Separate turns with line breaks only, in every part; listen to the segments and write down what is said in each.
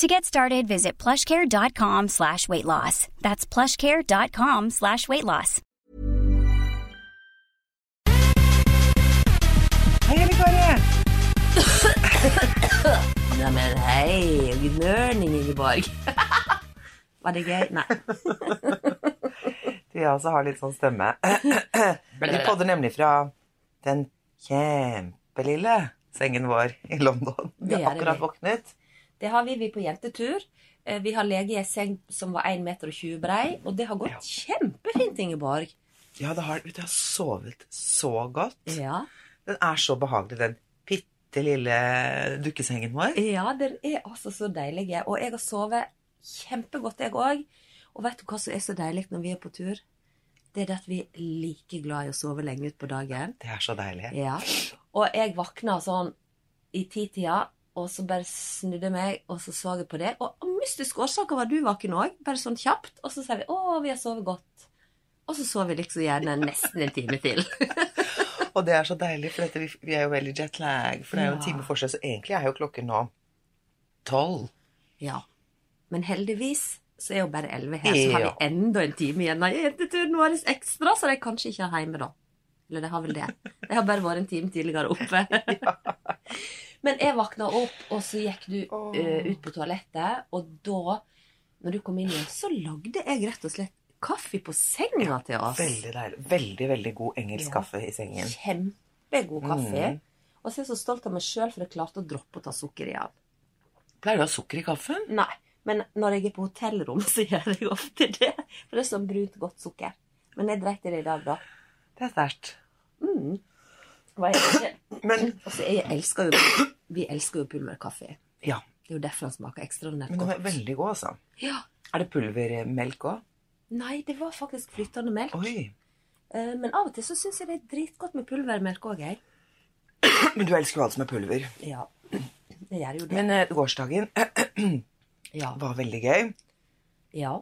To get started, visit plushcare.com slash weight loss. That's plushcare.com slash weight loss.
Hei, Anne Kåre.
Ja, men hei, good morning, Ingeborg. Var det gøy? Nei.
Du jeg også har litt sånn stemme. Vi podder nemlig fra den kjempelille sengen vår i London. Vi
Det
har
er det
akkurat
vi.
våknet.
Det har vi, vi er på jentetur. Eh, Vi har lege i ei seng som var 1,20 meter brei, og det har gått kjempefint, Ingeborg.
Ja, det har, vet du, jeg har sovet så godt.
Ja,
Den er så behagelig, den bitte lille dukkesengen vår.
ja dere er altså så deilige. Og jeg har sovet kjempegodt, jeg òg. Og vet du hva som er så deilig når vi er på tur? Det er det at vi er like glad i å sove lenge utpå dagen.
Det er så deilig.
Ja. Og jeg våkna sånn i titida, og så bare snudde jeg meg, og så så jeg på det. Og av mystiske årsaker var du våken òg, bare sånn kjapt. Og så sier vi 'Å, vi har sovet godt'. Og så sover vi liksom gjerne nesten en time til.
Og det er så deilig, for dette, vi- vi er jo veldig jetlag, for det er jo en time forskjell, så egentlig er jo klokken nå tolv.
Ja. Men heldigvis så er jo bare elleve her, så har
Ja.
vi enda en time igjen av jenteturen vår ekstra, så de kanskje ikke er hjemme da. Eller de har vel det. De har bare vært en time tidligere oppe. Men jeg våkna opp, og så gikk du eh, ut på toalettet, og da, når du kom inn igjen, så lagde jeg rett og slett kaffe på senga til oss.
Veldig deilig. Veldig, veldig god engelsk
Ja.
kaffe i sengen.
Kjempegod kaffe.
Mm.
Og så er jeg så stolt av meg sjøl, for jeg klarte å droppe å ta sukker i den.
Pleier du å ha sukker i kaffen?
Nei, men når jeg er på hotellrom, så gjør jeg ofte det. For det er sånn brunt, godt sukker. Men jeg dreit i det i dag, da.
Det er sterkt.
Hva er det?
Men
Og så jeg elsker jo Vi elsker jo pulverkaffe.
ja,
Det er jo derfor den smaker ekstraordinært
men den er
godt.
veldig god, altså.
Ja.
Er det pulvermelk òg?
Nei, det var faktisk flytende melk.
Oi.
Eh, Men av og til så syns jeg det er dritgodt med pulvermelk òg, jeg.
Men du elsker jo alt som er pulver.
Ja. Det gjør jo det.
Men eh, gårsdagen
Ja.
var veldig gøy.
Ja.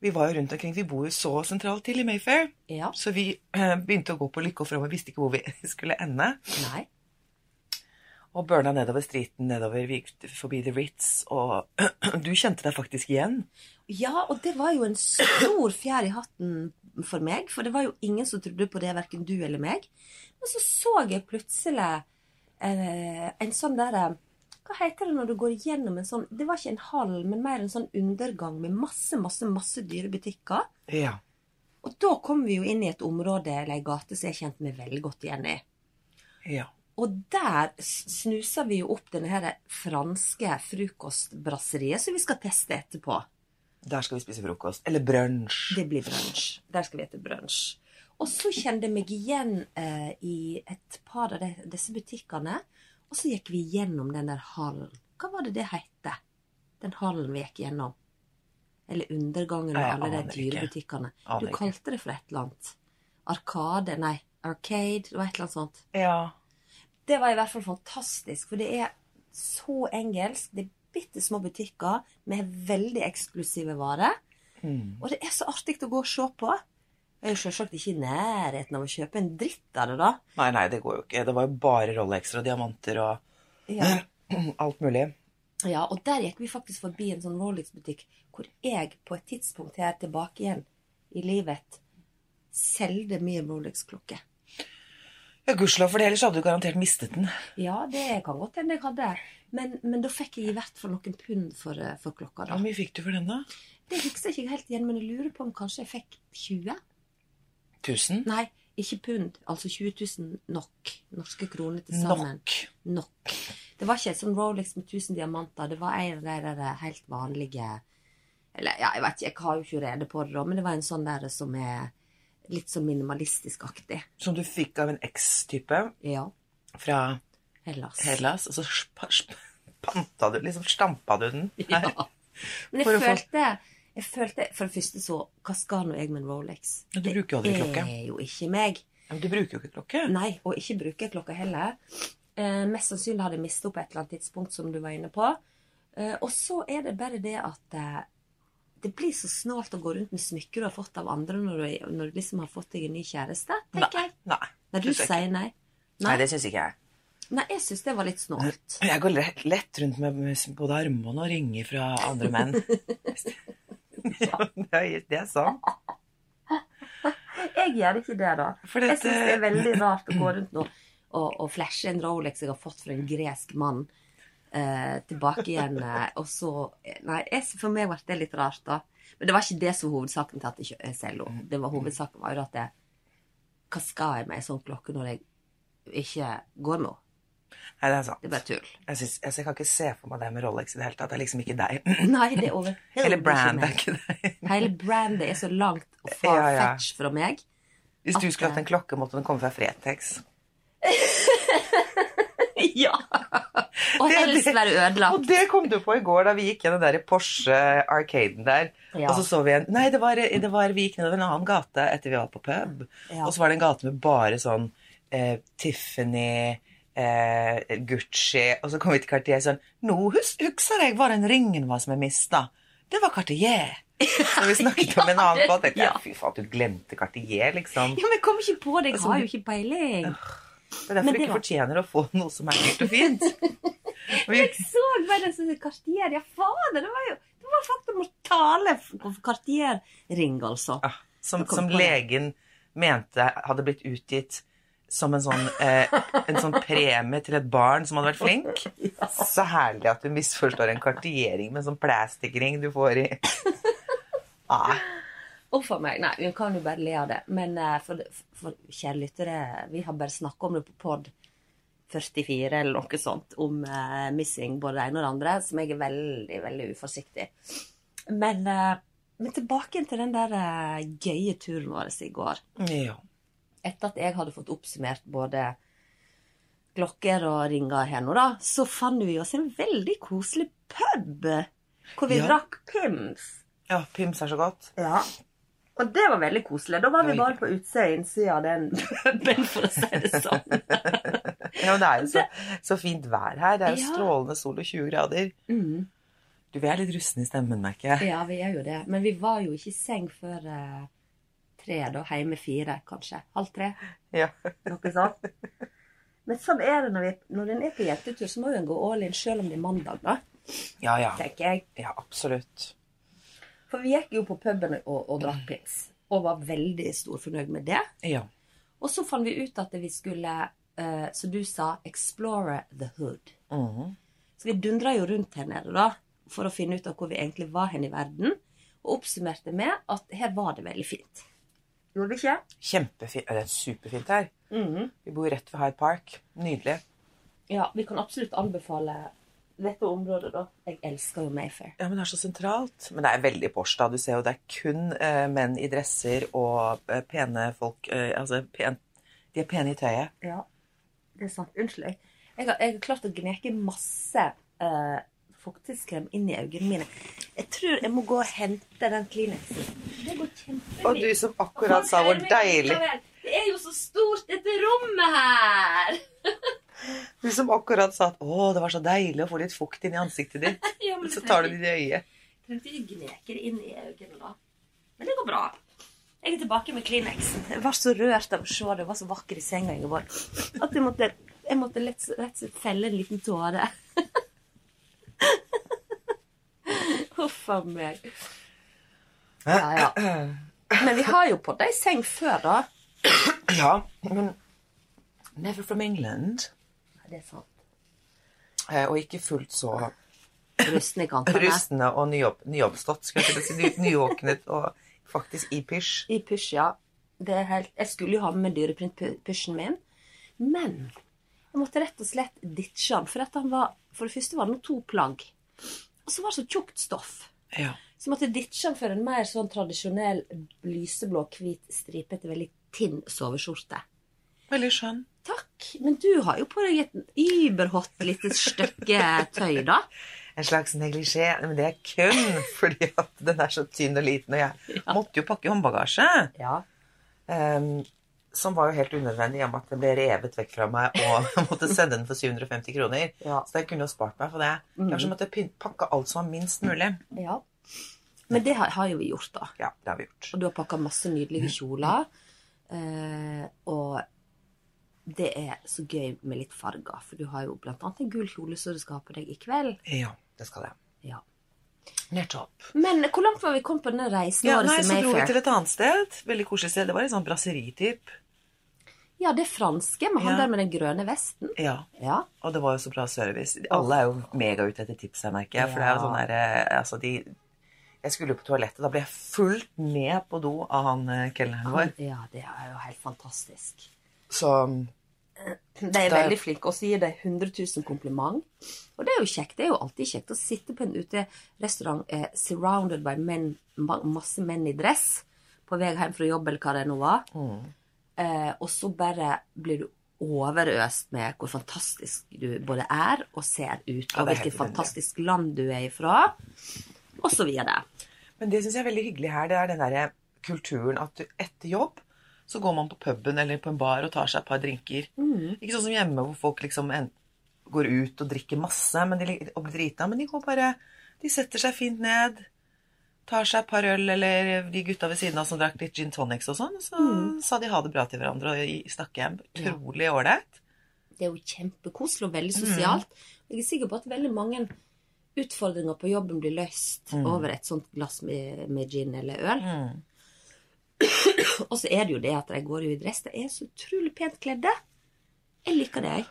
Vi var jo rundt omkring. Vi bor jo så sentralt til i Mayfair.
Ja.
Så vi eh, begynte å gå på lykke og fram og visste ikke hvor vi skulle ende.
Nei.
Og burna nedover streeten, nedover vi gikk forbi The Ritz, og du kjente deg faktisk igjen.
Ja, og det var jo en stor fjær i hatten for meg, for det var jo ingen som trodde på det, verken du eller meg. Men så så jeg plutselig eh, en sånn derre Hva heter det når du går gjennom en sånn Det var ikke en hall, men mer en sånn undergang med masse, masse, masse dyre butikker.
Ja.
Og da kom vi jo inn i et område eller ei gate som jeg kjente meg veldig godt igjen i.
ja.
Og der s- snuser vi jo opp denne her franske frokostbrasseriet som vi skal teste etterpå.
Der skal vi spise frokost. Eller brunsj.
Det blir brunsj. Der skal vi spise brunsj. Og så kjente jeg meg igjen eh, i et par av de, disse butikkene. Og så gikk vi gjennom den der hallen. Hva var det det hette? Den hallen vi gikk gjennom. Eller undergangen med
Jeg
alle de
aner ikke.
dyrebutikkene.
Aner
Du
ikke.
kalte det for et eller annet. Arkade? Nei, Arcade? Det var et eller annet sånt.
Ja.
Det var i hvert fall fantastisk, for det er så engelsk. Det er bitte små butikker med veldig eksklusive varer. Og det er så artig å gå og se på. Jeg er jo selvsagt ikke i nærheten av å kjøpe en dritt av det, da.
Nei, nei, det går jo ikke. Det var jo bare Rolexer og diamanter og
Ja.
alt mulig.
ja, Og der gikk vi faktisk forbi en sånn Rolex-butikk hvor jeg på et tidspunkt her tilbake igjen i livet solgte min Rolex-klokke.
Ja, gudskjelov for det, ellers hadde du garantert mistet den.
Ja, det kan godt hende jeg hadde. Men, men da fikk jeg i hvert fall noen pund for, eh, for klokka, da.
Hvor mye fikk du for den, da?
Det husker jeg ikke helt igjen, men jeg lurer på om kanskje jeg fikk 20.
000?
Nei, ikke pund. Altså 20 000 nok. Norske kroner til sammen.
Nok.
Nok. Det var ikke et sånn Rolex med 1000 diamanter. Det var en av de der helt vanlige Eller ja, jeg vet ikke, jeg har jo ikke rede på det, da, men det var en sånn der som er litt sånn minimalistisk aktig.
Som du fikk av en ekstype
Ja.
fra
Hellas.
Hellas, og så sp sp panta du, liksom stampa du den her.
Ja. Men
For å
jeg
få-
følte, jeg følte For det første så Hva skal nå jeg med en Rolex?
Ja, du bruker jo aldri klokke.
Det er jo ikke meg.
Ja, Men du bruker jo ikke klokke.
Nei, og ikke bruker jeg klokka heller. Eh, mest sannsynlig har jeg mistet opp på et eller annet tidspunkt, som du var inne på. Eh, og så er det bare det at eh, det blir så snålt å gå rundt med smykker du har fått av andre når du, når du liksom har fått deg en ny kjæreste, tenker jeg.
Nei,
Nei, du
synes jeg ikke.
sier nei.
Nei,
Nei,
det syns ikke jeg.
nei jeg syns det var litt snålt.
Jeg går lett, lett rundt med med både armbånd og ringer fra andre menn. ja, det er- det er sant.
Jeg gjør ikke det, da.
For
Jeg
dette-
syns det er veldig rart å gå rundt nå eh, og, og flashe en Rolex jeg har fått fra en gresk mann, eh, tilbake igjen, eh, og så Nei, jeg, for meg ble det litt rart, da. Men det var ikke det som var hovedsaken til at jeg kjø- jeg selger henne. Det var Hovedsaken var jo at jeg, Hva skal jeg med ei sånn klokke når jeg ikke går med henne?
Nei, det er sant.
Det er bare tull.
Jeg, synes, altså, jeg kan ikke se for meg det med Rolex i det hele tatt. Det er liksom ikke deg.
Nei, det er over.
Eller brand, det er ikke deg.
Hele brandet er så langt og
Ja, ja.
farfetch fra meg.
Hvis du skulle hatt en klokke, måtte den komme fra Fretex.
Ja! Og
Det er
helst
det-
være ødelagt.
Og det kom du på i går da vi gikk gjennom den der Porsche Arcaden der.
Ja.
Og så så vi en Nei, det var, det var, vi gikk nedover en annen gate etter vi var på pub.
Ja.
Og så var det en gate med bare sånn eh, Tiffany eh, Gucci Og så kom vi til Cartier sånn Nå hus, husker jeg hva den ringen var som jeg mista. Det var Cartier. Så vi snakket om en annen båt.
Ja.
Fy faen, du glemte Cartier, liksom.
Ja, men jeg kom ikke på det. Jeg
Altså,
har
du-
jo ikke peiling.
Det er derfor
Men
du
det
ikke
var-
fortjener å få noe som er dyrt og fint. Vi,
Jeg så bare den som Cartier. Ja, fader, det var jo Det var faktisk mortale f- Cartier-ring, altså.
Ah, som
Jeg kom
som
på det.
legen mente hadde blitt utgitt som en sånn, eh, en sånn premie til et barn som hadde vært flink. Så herlig at du misforstår en kartiering med en sånn plastikkring du får i ah,
Uff a meg. Nei, vi kan jo bare le av det. Men eh, for, for kjære lyttere, vi har bare snakka om det på pod 44 eller noe sånt, om eh, missing både det ene og det andre, som jeg er veldig, veldig uforsiktig. Men, eh, men tilbake til den der eh, gøye turen vår i går.
Ja.
etter at jeg hadde fått oppsummert både klokker og ringer her nå, da, så fant vi oss en veldig koselig pub. Hvor vi
Ja.
drakk pims.
ja, pims er så godt.
Ja. Og det var veldig koselig. Da var vi
Oi.
bare på utsida og innsida av den puben, for å si det sånn.
Ja, men det er jo så, så fint vær her. Det er jo
Ja.
strålende sol og 20 grader. Mm. Du, vi er litt rusten i stemmen, merker jeg.
Ja, vi er jo det. Men vi var jo ikke i seng før eh, tre, da. Hjemme fire, kanskje. Halv tre.
Ja.
Noe sånt. Men sånn er det når, vi, når en er på jentetur, så må jo en gå all in, sjøl om det er mandag, da,
Ja, ja.
tenker jeg.
Ja, absolutt.
For vi gikk jo på puben og, og drakk pils, og var veldig stor fornøyd med det.
Ja.
Og så fant vi ut at vi skulle, eh, som du sa, explore the hood. Mhm. Så vi dundra jo rundt her nede, da, for å finne ut av hvor vi egentlig var hen i verden. Og oppsummerte med at her var det veldig fint. Gjorde vi ikke?
Kjempefint. Det er superfint her. Vi bor rett ved Hyde Park. Nydelig.
Ja, vi kan absolutt anbefale dette området, da. Jeg elsker jo Mayfair.
Ja, men det er så sentralt. Men det er veldig Porsche, da. Du ser jo det er kun eh, menn i dresser og eh, pene folk eh, Altså, pen, de er pene i tøyet.
Ja, det er sant. Unnskyld. Jeg, jeg, har, jeg har klart å gneke masse uh, fuktighetskrem inn i øynene mine. Jeg tror jeg må gå og hente den Kleenexen. Det går kjempefint.
Og du som akkurat sa hvor deilig
Det er jo så stort, dette rommet her!
Du som akkurat sa at 'Å, det var så deilig å få litt fukt inn i ansiktet ditt'.
Ja, men
Så
det
tar du
trenger-
det i øyet.
Trengte ikke gneker inn i øynene da. Men det går bra. Jeg er tilbake med Kleenexen. Jeg var så rørt av å se det. Jeg var så vakker i senga, Ingeborg. At jeg måtte, jeg måtte lett, rett og slett felle en liten tåre. Huff a meg. Ja, ja. Men vi har jo på deg seng før, da.
Ja, men Never from England.
Nei, det er sant.
Eh, og ikke fullt så
Rustne i kantene.
rustne og nyopp, nyoppstått, skulle jeg til å si. Ny- Nyvåknet og faktisk i pysj.
I pysj, ja. Det er helt, jeg skulle jo ha med meg dyreprintpushen min, men jeg måtte rett og slett ditche han. For, at han var, for det første var det nå to plagg. Og så var det så tjukt stoff.
Ja.
Så måtte jeg ditche han for en mer sånn tradisjonell lyseblå, hvit, stripete, veldig tynn soveskjorte.
Veldig skjønn.
Takk. Men du har jo på deg et überhot lite stykke tøy, da.
En slags neglisjé. Men det er kun fordi at den er så tynn og liten, og jeg måtte jo pakke i håndbagasje.
Ja.
Ehm, som var jo helt unødvendig i og med at den ble revet vekk fra meg og jeg måtte sende den for 750 kroner.
Ja. Mhm.
Så jeg kunne jo spart meg for det. Derfor måtte jeg pyn- pakke alt som var minst mulig.
ja. Men det har, har jo vi gjort, da.
Ja, det har vi gjort.
Og du har pakka masse nydelige
Mm.
kjoler. Eh, og det er så gøy med litt farger, for du har jo blant annet en gul kjole som du skal ha på deg i kveld.
Ja, det skal jeg.
Ja.
Nettopp.
Men hvor langt var vi kommet på denne reisen
Ja,
vår
nei,
til
så dro vi
Mayfair?
til et annet sted. Veldig koselig sted. Det var litt sånn brasseritip.
Ja, det franske, med han
Ja.
der med den grønne vesten.
Ja.
Ja.
Og det var jo så bra service. Alle er jo mega ute etter tips, jeg merker jeg. For det er jo sånn der eh, Altså, de Jeg skulle jo på toalettet. Da ble jeg fullt med på do av han eh, kelneren vår.
ja, det er jo helt fantastisk.
Så um,
De er
Da-
veldig flinke, og så gir de 100 000 kompliment. Og det er jo kjekt. Det er jo alltid kjekt å sitte på en uterestaurant eh, surrounded by menn, ma masse menn i dress på vei hjem fra jobb eller hva det nå var.
Mm.
Eh, og så bare blir du overøst med hvor fantastisk du både er og ser ut,
Ja,
og
det er helt
hvilket
nødvendig.
fantastisk land du er ifra, og så videre.
Men det syns jeg er veldig hyggelig her. Det er den derre kulturen at du etter jobb så går man på puben eller på en bar og tar seg et par drinker. Ikke sånn som hjemme hvor folk liksom en, går ut og drikker masse men de, lig- og blir drita, men de går bare De setter seg fint ned, tar seg et par øl, eller de gutta ved siden av som drakk litt gin tonics og sånn, og så sa de ha det bra til hverandre og i- snakket hjem. Utrolig ålreit.
Det er jo kjempekoselig og veldig sosialt. Jeg er sikker på at veldig mange utfordringer på jobben blir løst over et sånt glass med, med gin eller øl. og så er det jo det at de går jo i dress. De er så utrolig pent kledde. Jeg liker det, jeg.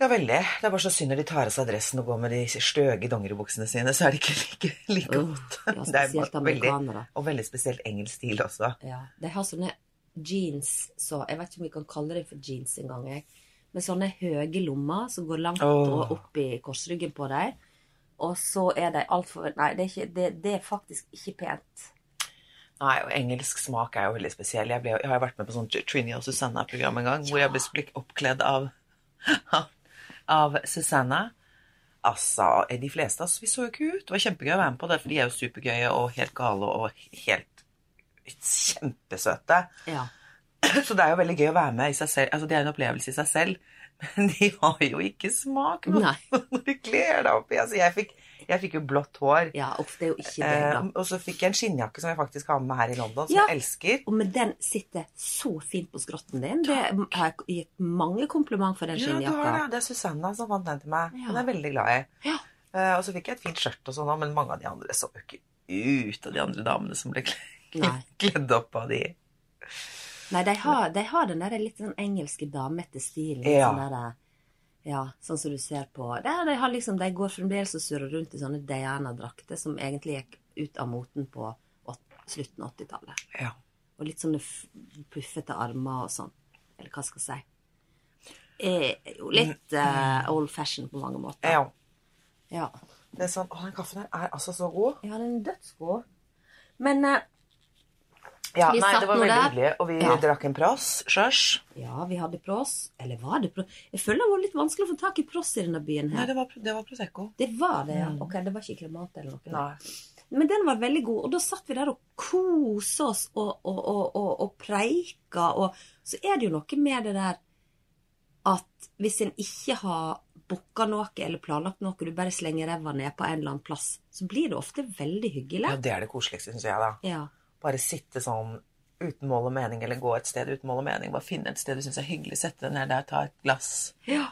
Ja, veldig. Det er bare så synd når de tar av seg dressen og går med de støge dongeribuksene sine, så er det ikke like, like
Åh,
godt.
ja,
Det er
spesielt
bare veldig-
amerikanere.
Og veldig spesielt engelsk stil også.
Ja, de har sånne jeans så Jeg vet ikke om vi kan kalle det for jeans engang, jeg. Med sånne høye lommer som går langt
Åh.
og opp i korsryggen på dem. Og så er de altfor Nei, det er, ikke, det, det er faktisk ikke pent.
Nei, og engelsk smak er jo veldig spesiell. Jeg, ble, jo- jeg har jo vært med på sånn Tr- Trini og Susanna-program en gang, hvor jeg ble blitt oppkledd av, av Susanna. Altså, de fleste av oss, vi så jo ikke ut. Det var kjempegøy å være med på det, for de er jo supergøye og helt gale og helt kjempesøte.
Ja.
Så det er jo veldig gøy å være med i seg selv. Altså, det er en opplevelse i seg selv. Men de har jo ikke smak nå,
Nei.
når de kler deg opp i. Altså, jeg fikk, jeg fikk jo blått hår.
Ja, uff, det er jo ikke det,
Eh,
da.
og så fikk jeg en skinnjakke som jeg faktisk har med meg her i London, som
Ja.
jeg elsker.
Og med den sitter så fint på skrotten din. Det har jeg gitt mange kompliment for den
Ja, du har det.
skinnjakka.
Det er Susanna som fant den til meg.
Ja.
Den er jeg veldig glad i.
Ja.
Eh, og så fikk jeg et fint skjørt og sånn òg, men mange av de andre så jo ikke ut av de andre damene som ble
Nei.
kledd, kledd opp av de.
Nei, de har, de har den der litt sånn engelske damete stilen. litt
Ja.
Sånn der, ja, sånn som du ser på Der de, har liksom, de går fremdeles og surrer rundt i sånne Diana-drakter som egentlig gikk ut av moten på åt, slutten av 80-tallet.
Ja.
Og litt sånne f- puffete armer og sånn. Eller hva skal jeg si. Er jo litt
Mm.
eh, old fashion på mange måter.
ja.
ja.
Det er sånn, å, den kaffen her er altså så god.
Ja, den er dødsgod. Men eh,
Ja,
Vi
nei,
satt
det var
nå
veldig
der.
hyggelig. Og vi
Ja.
drakk en pross, sjørs.
ja, vi hadde pros. Eller var det pros? Jeg føler det var litt vanskelig å få tak i pros i denne byen
Nei,
her.
det var, det var Prosecco.
Det var det, ja. Ok, det var ikke kremant eller noe.
Nei.
Men den var veldig god, og da satt vi der og kosa oss og, og, og, og, og preika. Og så er det jo noe med det der at hvis en ikke har booka noe eller planlagt noe, du bare slenger ræva ned på en eller annen plass, så blir det ofte veldig hyggelig.
Ja, det er det koseligste, syns jeg, da.
Ja.
Bare sitte sånn uten mål og mening, eller gå et sted uten mål og mening. Bare finne et sted du syns er hyggelig, sette deg ned der, ta et glass,
ja.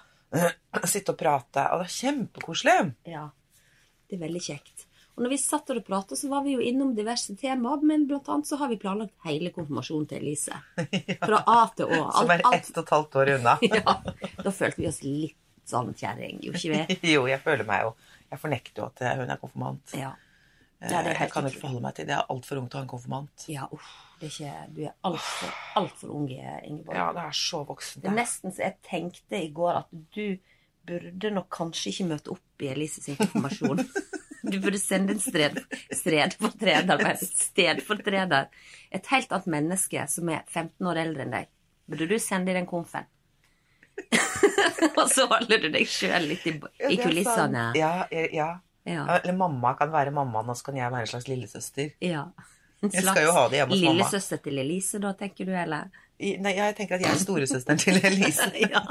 sitte og prate. Og det er kjempekoselig.
Ja, det er veldig kjekt. Og når vi satt og pratet, så var vi jo innom diverse temaer, men blant annet så har vi planlagt hele konfirmasjonen til Elise. Fra A til Å.
Som er
Alt, alt.
ett og et halvt år unna.
Ja, da følte vi oss litt sånn kjerring, gjorde ikke vi?
Jo, jeg føler meg jo Jeg fornekter jo at eh, hun er konfirmant.
Ja. Ja, det er
jeg kan jo
helt utrolig.
ikke forholde meg til det. Jeg er altfor ung til å ha en konfirmant.
Ja, uff. Det er ikke, du er altfor alt for ung, Ingeborg.
Ja, det er så voksent.
Det er nesten så jeg tenkte i går at du burde nok kanskje ikke møte opp i Elise sin konfirmasjon. Du burde sende en stred, stredfortreder, men stedfortreder. Et helt annet menneske som er 15 år eldre enn deg. Burde du sende i den konfen? Og så holder du deg sjøl litt i,
Ja,
i
det er
kulissene.
sant. Ja, ja, ja.
Ja.
Eller mamma kan være mammaen, og så kan jeg være en slags lillesøster.
ja. En
Jeg skal jo ha det hjemme hos mamma.
lillesøster til Elise, da, tenker du, eller?
I- Nei, jeg tenker at jeg er storesøsteren til Elise.
Ja.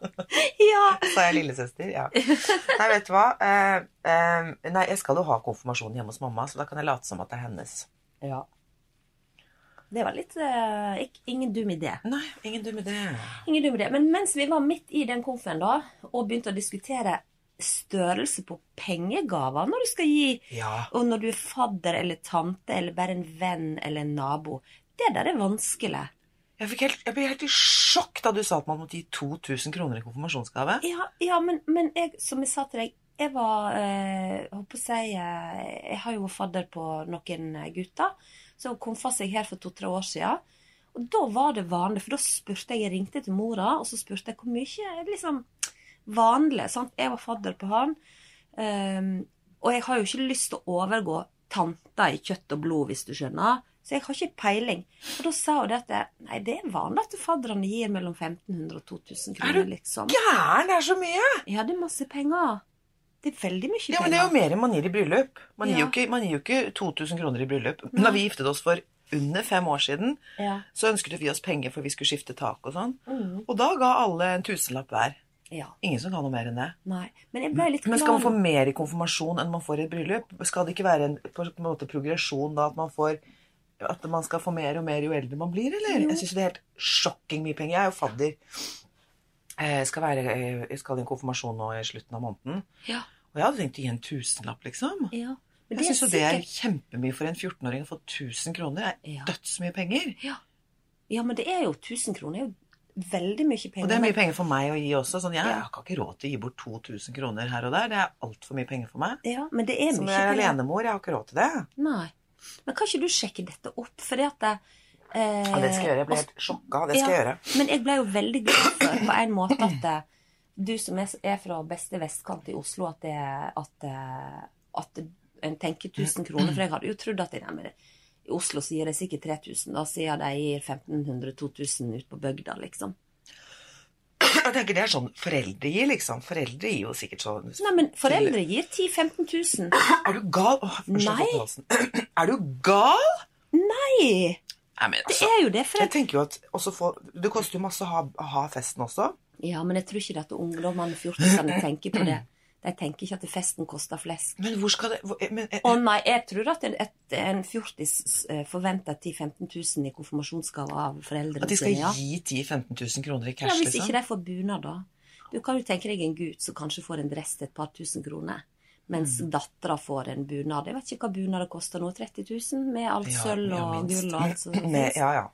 ja.
Så er jeg lillesøster, ja. Nei, vet du hva. Eh, eh, nei, jeg skal jo ha konfirmasjon hjemme hos mamma, så da kan jeg late som at det er hennes.
Ja. Det var litt eh, ikk- Ingen dum idé.
Nei, ingen dum idé.
Ingen dum idé. Men mens vi var midt i den konfen da, og begynte å diskutere størrelse på pengegaver når du skal gi,
Ja.
og når du er fadder eller tante eller bare en venn eller en nabo Det der er vanskelig.
Jeg, fikk helt, jeg ble helt i sjokk da du sa at man måtte gi 2000 kroner i konfirmasjonsgave.
Ja, ja men, men jeg, som jeg sa til deg, jeg var eh, jeg håper å si, eh, jeg har jo vært fadder på noen eh, gutter som kom fra seg her for to-tre år siden. Og da var det vanlig, for da spurte jeg, jeg ringte til mora, og så spurte jeg hvor mye er liksom vanlig. sant? Jeg var fadder på han, ehm, og jeg har jo ikke lyst til å overgå tanta i kjøtt og blod, hvis du skjønner. Så jeg har ikke peiling. Og da sa hun det at nei, det er vanlig at fadderne gir mellom 1500 og
Er du
2000 kroner, liksom.
Gæren, det er så mye!
Ja, det er masse penger. Det er veldig mye
Ja, men det er
penger.
jo mer enn man gir i bryllup. Man, gir jo
Ja.
ikke, man gir jo ikke 2000 kroner i bryllup. Da vi giftet oss for under fem år siden,
Ja.
så ønsket vi oss penger for vi skulle skifte tak og sånn.
Mm.
Og da ga alle en tusenlapp hver.
Ja,
Ingen som ga noe mer enn det.
nei. Men jeg ble litt
Men skal man få
glad.
mer i konfirmasjon enn man får i et bryllup? Skal det ikke være en, på en måte progresjon da, at man får at man skal få mer og mer jo eldre man blir, eller? Jeg syns det er helt sjokking mye penger. Jeg er jo fadder. Eh, skal, være, eh, skal i en konfirmasjon nå i slutten av måneden.
Ja.
Og jeg hadde tenkt å gi en tusenlapp, liksom.
Ja. Men
Jeg
det er
syns jo det er
sikkert
kjempemye for en 14-åring å få 1000 kroner. Det
Ja.
er dødsmye penger.
Ja, men det er jo 1000 kroner. Det er jo veldig mye penger.
Og det er
men-
mye penger for meg å gi også. Sånn, jeg,
Ja.
jeg har ikke råd til å gi bort 2000 kroner her og der. Det er altfor mye penger for meg.
Ja, men det er
Som
mye
jeg er
penger.
alenemor, jeg har ikke råd til det.
Nei. Men kan ikke du sjekke dette opp? Fordi at det, eh,
Ja, det skal jeg gjøre. Jeg ble helt sjokka. Det skal jeg gjøre.
Men jeg ble jo veldig glad for på en måte at eh, du som er, er fra beste vestkant i Oslo, at, det, at, eh, at en tenker 1000 kroner. For jeg hadde jo trodd at jeg, nei, men i Oslo så gir de sikkert 3000, da sier de gir 1500-2000 ut på bygda, liksom.
Jeg tenker Det er sånn foreldre gir, liksom. Foreldre gir jo sikkert sånn
Nei, men foreldre gir 10 000-15 000.
Er du gal? Åh, unnskyld
Nei.
for halsen. Er du gal?
Nei!
Nei, men
Det
altså.
er jo det, for
Jeg tenker jo at også få, Det koster jo masse å ha, å ha festen også.
Ja, men jeg tror ikke at ungdommene og fjortisene tenker på det. De tenker ikke at festen koster flesk.
Men hvor skal det hvor, men, eh,
Å nei, jeg tror at en, et, en fjortis eh, forventer 10 000-15 000 i konfirmasjonsgave av foreldrene
At de skal
sine. Ja.
gi 10 000-15 000 kroner i
ja,
cash,
Hvis ikke
liksom?
de får bunad, da. Du kan jo tenke deg en gutt som kanskje får en dress til et par tusen kroner. Mens
Mm.
dattera får en bunad. Jeg vet ikke hva bunader koster nå. 30 000 med alt
Ja,
sølv
ja,
og
minst.
gull og alt som
Nei,
finnes.
ja, ja.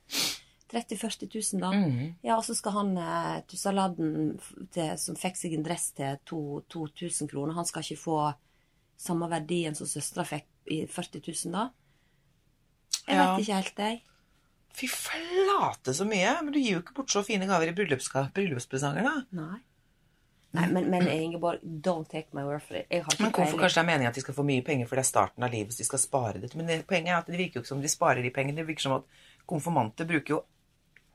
30 000-40 000, da.
Mhm.
Ja, og så skal han eh, Tussaladden f- til- som fikk seg en dress til to- 2000 kroner, han skal ikke få samme verdien som søstera fikk i 40 000, da?
Ja.
Jeg vet ikke helt, jeg.
Fy flate så mye! Men du gir jo ikke bort så fine gaver i bryllupsga- bryllupspresanger, da.
Nei. Nei, men, men Ingeborg, don't take my word for it. Jeg har ikke
Men hvorfor
peiling.
kanskje det er meningen at de skal få mye penger, for det er starten av livet, så de skal spare det. Men det, poenget er at det virker jo ikke som de sparer de pengene. Det virker som at konfirmanter bruker jo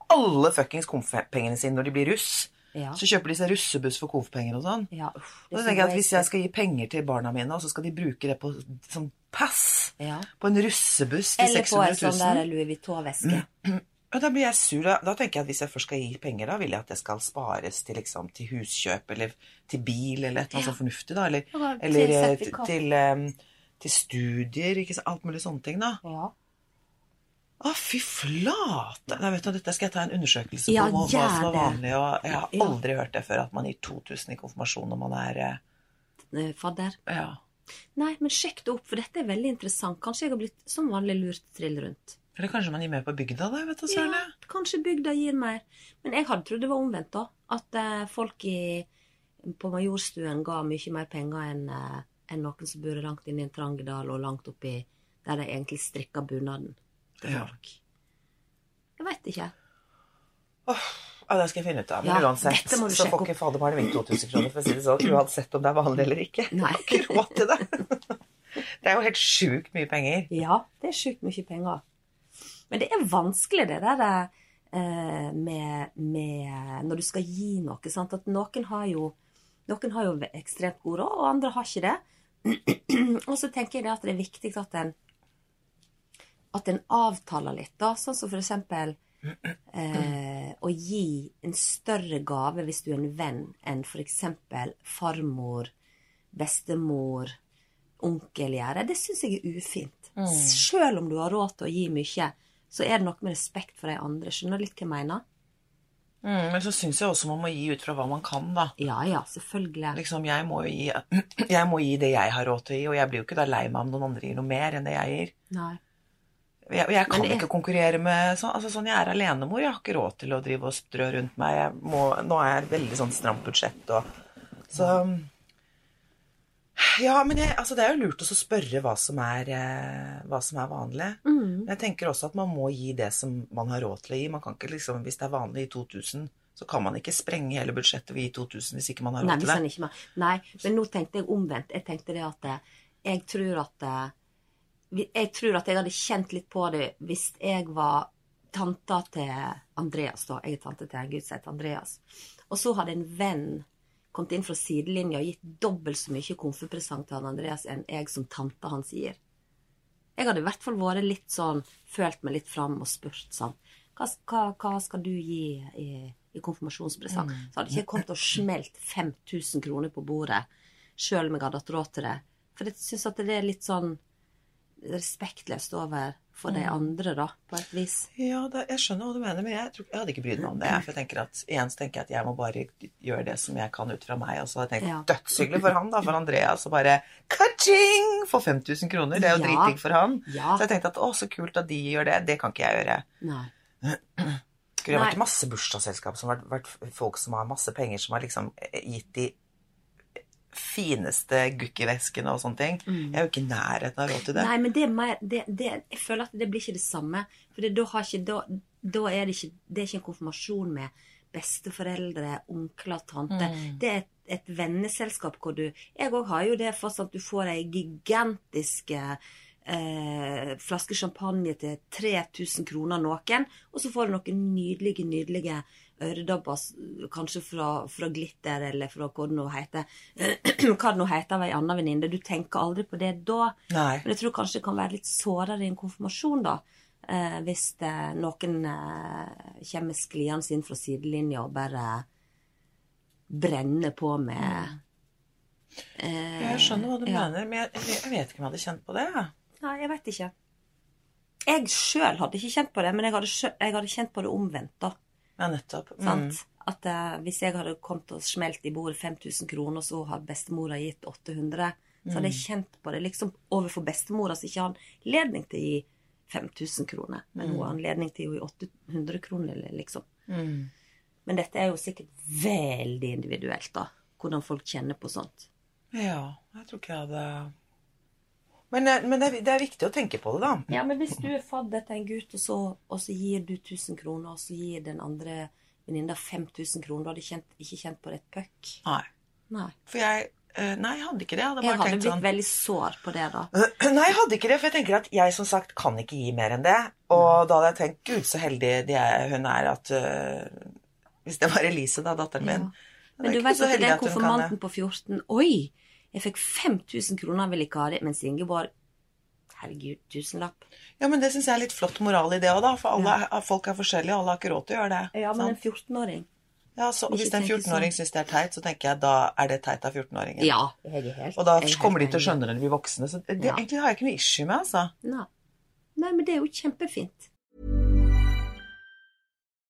alle fuckings konfpengene sine når de blir russ.
Ja.
Så kjøper de seg russebuss for konfpenger og sånn.
Ja, uff,
Og så
det er sånn
tenker jeg at
så
Hvis jeg skal gi penger til barna mine, og så skal de bruke det på sånn pass
Ja.
på en russebuss til
Eller på ei
600 000
sånn der Louis Vuitton-veske.
Mm. ja, da blir jeg sur. Da, da tenker jeg at hvis jeg først skal gi penger, da vil jeg at det skal spares til, liksom, til huskjøp eller til bil eller et eller annet sånt fornuftig, da. Eller,
Ja, til
eller eh, til,
sertifikat.
til, em, til studier, ikke sant. Alt mulig sånne ting, da.
Ja.
Å, fy flate! Nei, vet du, dette skal jeg ta en undersøkelse
Ja,
på hva, hva som
gjør
var vanlig. Og jeg har
Ja.
aldri hørt det før, at man gir 2000 i konfirmasjon når man er eh,
Eh, Fadder.
Ja.
Nei, men sjekk det opp, for dette er veldig interessant. Kanskje jeg har blitt som vanlig lurt trill rundt.
Eller kanskje man gir mer på bygda, da, vet du søren. jeg.
kanskje bygda gir mer. Men jeg hadde trodd det var omvendt, da. At eh, folk i, på Majorstuen ga mye mer penger enn eh, enn noen som bor langt inne i en trang dal og langt oppi der de egentlig strikker bunaden til
Ja.
folk. Jeg veit ikke.
Ja, det skal jeg finne ut av. Men
Ja,
uansett
dette må du
så
sjekke
får
opp.
ikke faderbarnet mitt 2000 kroner, for å si det sånn. Uansett om det er vanlig eller ikke. Jeg
Nei.
har ikke råd til det. Det er jo helt sjukt mye penger.
Ja, det er sjukt mye penger. Men det er vanskelig det der eh, med, med Når du skal gi noe. Sant? At noen har jo noen har jo ekstremt god råd, og andre har ikke det. og så tenker jeg det at det er viktig at en, at en avtaler litt. Da. Sånn som for eksempel eh, å gi en større gave hvis du er en venn enn for eksempel farmor, bestemor, onkel gjør. Det syns jeg er ufint.
Mm.
Selv om du har råd til å gi mye, så er det noe med respekt for de andre. Skjønner du litt hva jeg mener?
Mm, men så syns jeg også man må gi ut fra hva man kan, da.
Ja ja, selvfølgelig.
Liksom, jeg må jo gi, jeg må gi det jeg har råd til å gi, og jeg blir jo ikke da lei meg om noen andre gir noe mer enn det jeg gir.
Nei.
Jeg, og jeg kan
Men det-
ikke konkurrere med sånn, altså sånn Jeg er alenemor, jeg har ikke råd til å drive og strø rundt meg. Jeg må, nå er jeg veldig sånn stramt budsjett og Så Ja, men jeg, altså det er jo lurt også å spørre hva som er, eh, hva som er vanlig.
Mm.
Men jeg tenker også at man må gi det som man har råd til å gi. Man kan ikke liksom, Hvis det er vanlig i 2000, så kan man ikke sprenge hele budsjettet ved å gi 2000 hvis ikke man har
Nei,
råd
hvis
til det.
han ikke må. Nei, men nå tenkte jeg omvendt. Jeg tenkte det at eh, jeg tror at eh, vi- Jeg tror at jeg hadde kjent litt på det hvis jeg var tanta til Andreas, da. Jeg er tante til en gud som heter Andreas. Og så hadde en venn kommet inn fra sidelinja og gitt dobbelt så mye konfirmasjonspresang til han Andreas enn jeg som tante hans gir. Jeg hadde i hvert fall vært litt sånn, følt meg litt fram og spurt sånn Hva, hva, hva skal du gi i, i konfirmasjonspresang? Så hadde ikke jeg kommet og smelt 5000 kroner på bordet, sjøl om jeg hadde hatt råd til det. For jeg syns at det er litt sånn respektløst over for de andre, da, på et vis.
Ja, da, jeg skjønner hva du mener, men jeg, tror, jeg hadde ikke brydd meg om det. jeg. For jeg tenker at, igjen så tenker jeg at jeg må bare gjøre det som jeg kan ut fra meg. Og så hadde jeg tenkt
Ja.
dødshyggelig for han, da, for Andreas, og bare ka-ching! Få 5000 kroner, det er jo
Ja.
dritdigg for han.
Ja.
Så jeg tenkte at å, så kult at de gjør det, det kan ikke jeg gjøre.
Nei.
Skulle det
Nei.
vært masse bursdagsselskap som har vært, vært folk som har masse penger, som har liksom eh, gitt de fineste gukkiveskene og sånne ting. Jeg er jo ikke i nærheten av råd til det.
Mm. Nei, men det er mer det, det, Jeg føler at det blir ikke det samme. For det, da, har ikke, da, da er det ikke Det er ikke en konfirmasjon med besteforeldre, onkler, tanter.
Mm.
Det er et, et venneselskap hvor du Jeg òg har jo det fortsatt. Du får ei gigantisk eh, flaske champagne til 3000 kroner noen, og så får du noen nydelige, nydelige øredobber, s- kanskje fra, fra Glitter eller fra hva det nå heter. hva det nå heter av ei anna venninne. Du tenker aldri på det da.
Nei.
Men jeg tror kanskje det kan være litt sårere i en konfirmasjon, da. Eh, hvis det, noen eh, kommer skliende inn fra sidelinja og bare brenner på med
Jeg skjønner hva du
Ja.
mener, men jeg, jeg, jeg vet ikke om jeg hadde kjent på det. jeg.
Nei, jeg veit ikke. Jeg sjøl hadde ikke kjent på det, men jeg hadde, sjø- jeg hadde kjent på det omvendt, da.
Ja, nettopp. Mm.
Sant? At eh, hvis jeg hadde kommet og smelt i bordet 5000 kroner, og så har bestemora gitt 800, så hadde jeg kjent på det liksom overfor bestemora, som ikke har anledning til å gi 5000 kroner, men hun har anledning til å gi 800 kroner, eller liksom. Men dette er jo sikkert veldig individuelt, da. Hvordan folk kjenner på sånt.
Ja, jeg tror ikke jeg hadde Men, eh, men det, er, det er viktig å tenke på det, da.
Ja, men hvis du er fadder til en gutt, og så, og så gir du 1000 kroner, og så gir den andre venninna 5000 kroner, du hadde kjent, ikke kjent på det et puck.
Nei.
Nei.
For jeg eh, Nei, jeg hadde ikke det. Jeg hadde
Jeg
bare
hadde
tenkt
blitt
sånn
veldig sår på det, da.
Nei, jeg hadde ikke det. For jeg tenker at jeg som sagt kan ikke gi mer enn det. Og da hadde jeg tenkt Gud, så heldig de er, hun er at eh, Hvis det var Elise, da, datteren min. Det er
Men du
ikke
vet
så
at
heldig
den
at hun kan
konfirmanten
det.
på 14 Oi! Jeg fikk 5000 kroner av vikaret, mens Ingeborg Herregud, tusenlapp.
Ja, men det syns jeg er litt flott moral i det òg, da. For alle, er- folk er forskjellige, og alle har ikke råd til å gjøre det.
Ja, men en
sant?
14-åring
ja, så, og
Ikke
hvis en
tenke sånn.
14-åring syns det er teit, så tenker jeg da er det teit av 14-åringen.
Ja. Jeg er helt,
Og da
jeg er helt
kommer de til å
enig.
skjønne det når de blir voksne. Så det
Ja.
egentlig har jeg ikke noe issue med, altså.
Nei. Nei, men det er jo kjempefint.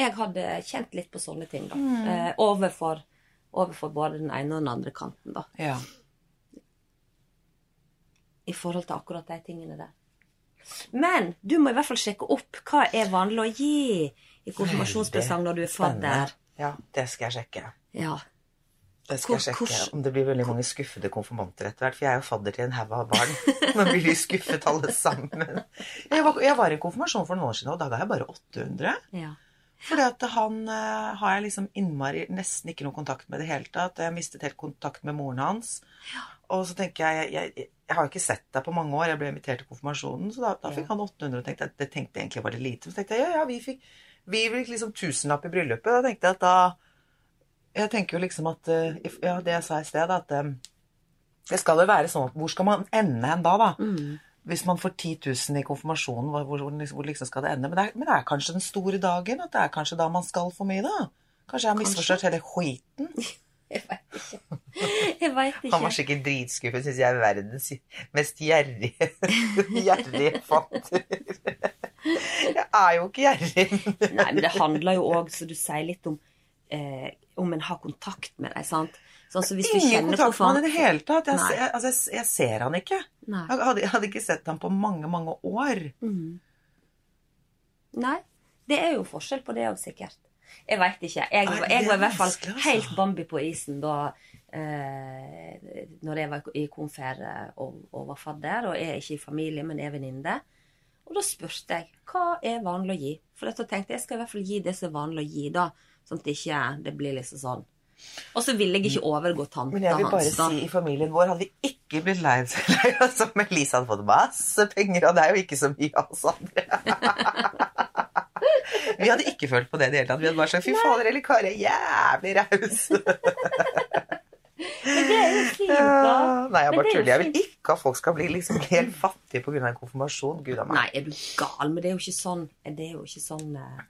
Jeg hadde kjent litt på sånne ting, da.
Mm.
Eh, overfor, overfor både den ene og den andre kanten, da.
Ja.
I forhold til akkurat de tingene der. Men du må i hvert fall sjekke opp hva er vanlig å gi i konfirmasjonspresang når du er fadder.
Ja, det skal jeg sjekke.
Ja.
Det skal jeg
Hvor-
sjekke
hvor-
om det blir veldig mange skuffede konfirmanter etter hvert. For jeg er jo fadder til en haug av barn. Nå blir de skuffet alle sammen. Jeg var, jeg var i en konfirmasjon for noen år siden, og da ga jeg bare 800.
ja.
Fordi at han eh, har jeg liksom innmari nesten ikke noe kontakt med i det hele tatt. Jeg har mistet helt kontakt med moren hans. Og så tenker jeg jeg, jeg jeg har jo ikke sett deg på mange år. Jeg ble invitert til konfirmasjonen, så da, da fikk han 800. Og tenkte jeg, det tenkte jeg egentlig var litt lite. Så tenkte jeg ja, ja, vi fikk vi fikk liksom tusenlapp i bryllupet. Da tenkte jeg at da Jeg tenker jo liksom at eh, if- Ja, det jeg sa i sted, at eh, det skal jo være sånn at hvor skal man ende hen da, da? Hvis man får 10 000 i konfirmasjonen, hvor, hvor, hvor liksom- hvor liksom skal det ende? Men det, er, men det er kanskje den store dagen, at det er kanskje da man skal for mye, da? Kanskje jeg har misforstått hele skiten?
Jeg veit ikke. Jeg vet
Han var
ikke.
sikkert dritskuffet, syns jeg er verdens mest gjerrige, gjerrige fatter. Jeg er jo ikke gjerrig.
Nei, men det handler jo òg, som du sier, litt om eh, om en har kontakt med deg, sant. Sånn som hvis du
Ingen
kjenner på
kontakt med han i det hele tatt. Jeg,
Nei.
jeg, altså, jeg, jeg ser han ikke.
Nei.
Jeg hadde, jeg hadde ikke sett han på mange, mange år.
Nei. Det er jo forskjell på det òg, sikkert. Jeg veit ikke. Jeg,
Nei,
jeg
det
var
er
i hvert fall
vanskelig, altså.
helt Bambi på isen da eh, når jeg var i konfer eh, og, og var fadder, og jeg er ikke i familie, men er venninne. Og da spurte jeg hva er vanlig å gi. For da tenkte jeg jeg skal i hvert fall gi det som er vanlig å gi, da. Sånn at det ikke det blir liksom sånn. Og så ville jeg ikke overgå tanta
Mm. Men jeg vil bare
hans, da.
si, i familien vår hadde vi ikke blitt lei lei oss om Elise hadde fått masse penger, og det er jo ikke så mye av oss andre. Vi hadde ikke følt på det i det hele tatt. Vi hadde bare sagt 'fy fader, eller Kari er jævlig raus'.
Men det er jo fint, da.
Ja, Nei, jeg bare
Men det er jo
tuller. Jeg vil
fint.
ikke at folk skal bli liksom helt fattige pga. en konfirmasjon. Gud a meg.
Nei, er du gal? Men det er jo ikke sånn Det er jo ikke sånn eh,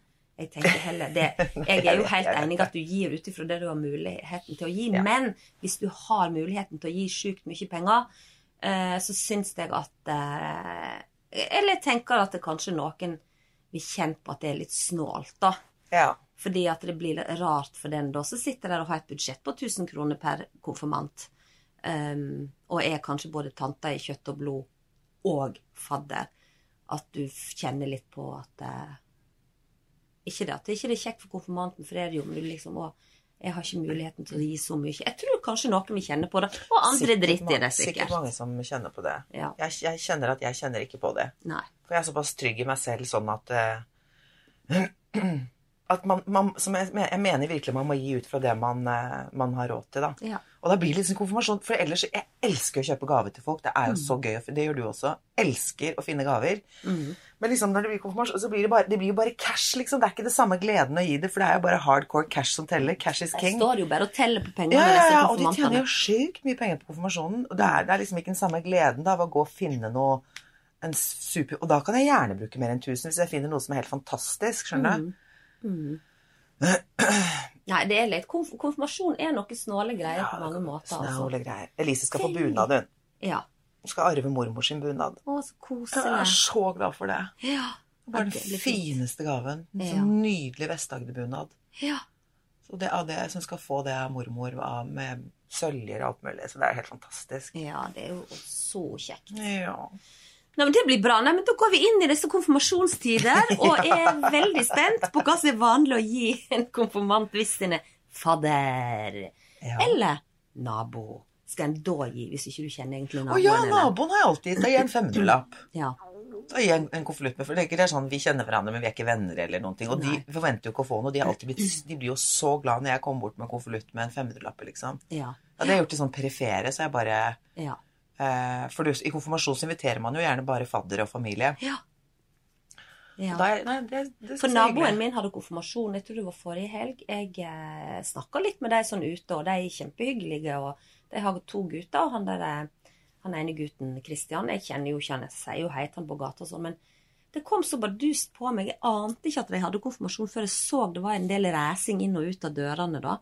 jeg tenker heller det. Jeg er jo helt enig i at du gir ut ifra det du har muligheten til å gi. Men hvis du har muligheten til å gi sjukt mye penger, eh, så syns jeg at eh, Eller jeg tenker at det kanskje noen vil kjenne på at det er litt snålt, da.
Ja.
Fordi at det blir litt rart for den da, som sitter der og har et budsjett på 1000 kroner per konfirmant. Um, og er kanskje både tanta i kjøtt og blod og fadder. At du f- kjenner litt på at eh, Ikke det at det ikke er kjekt for konfirmanten, for det er det jo, men du liksom å, Jeg har ikke muligheten til å gi så mye. Jeg tror kanskje noen vil kjenne på det, og andre
Sikkert
driter i
mange-
det sikkert.
Sikkert mange som kjenner på det.
Ja.
Jeg, jeg kjenner at jeg kjenner ikke på det.
Nei.
For jeg er såpass trygg i meg selv sånn at eh, At man, man som jeg, jeg mener virkelig man må gi ut fra det man, eh, man har råd til, da.
Ja.
Og da blir det liksom konfirmasjon. For ellers Jeg elsker å kjøpe gaver til folk. Det er jo så
Mm.
gøy. å- Det gjør du også. Elsker å finne gaver. Men liksom når det blir konfirmasjon, så blir det, bare, det blir jo bare cash, liksom. Det er ikke det samme gleden å gi det, for det er jo bare hardcore cash som teller. Cash is
Jeg
king.
står jo bare og teller på pengene.
Ja, ja, ja,
disse
og de
konfirmantene.
tjener jo sjukt mye penger på konfirmasjonen. Og det er, det er liksom ikke den samme gleden da, av å gå og finne noe en super, Og da kan jeg gjerne bruke mer enn 1000 hvis jeg finner noe som er helt fantastisk. skjønner du?
Mm, Nei, det er litt konf Konfirmasjon er noe snåle greier på mange måter. Altså.
Snåle greier. Elise skal få
Veldig.
bunad, hun.
Ja.
Hun skal arve mormor sin bunad.
Å, så
Jeg er
koselig.
så glad for det.
Ja.
Det var
Ja,
den
det blir fint.
fineste gaven. En
Ja.
sånn nydelig Vest-Agder-bunad.
Ja.
Så det er det som skal få det av mormor av- med søljer og alt mulig. Så det er helt fantastisk.
ja, det er jo så kjekt.
Ja.
Nei, men Det blir bra. Nei, men Da går vi inn i disse konfirmasjonstider og er veldig spent på hva som er vanlig å gi en konfirmant hvis en er fadder
Ja.
eller nabo. Skal en da gi, hvis ikke du kjenner egentlig
Å
naboen?
ja,
eller-
naboen har jeg alltid gitt. Da gir jeg en 500-lapp.
Ja.
Da gir jeg en, en konvolutt med for jeg tenker det er sånn, Vi kjenner hverandre, men vi er ikke venner. eller noen ting, Og de forventer jo ikke å få noe. De, er alltid blitt, de blir jo så glad når jeg kommer bort med en konvolutt med en 500-lapp. liksom.
Ja.
Hadde jeg gjort det sånn perifere, så jeg bare
Ja.
eh, For du, i konfirmasjon så inviterer man jo gjerne bare fadder og familie.
ja.
Og
ja.
Da, er- nei, det, det
For
synes jeg er
naboen
hyggelig.
min hadde konfirmasjon, jeg tror det var forrige helg. Jeg eh, snakka litt med de sånn ute, og de er kjempehyggelige. Og de har to gutter, og han der eh, han ene gutten, Kristian, jeg kjenner jo ikke han, jeg sier jo hei til han på gata og sånn, men det kom så bardust på meg. Jeg ante ikke at de hadde konfirmasjon før jeg så det var en del racing inn og ut av dørene da.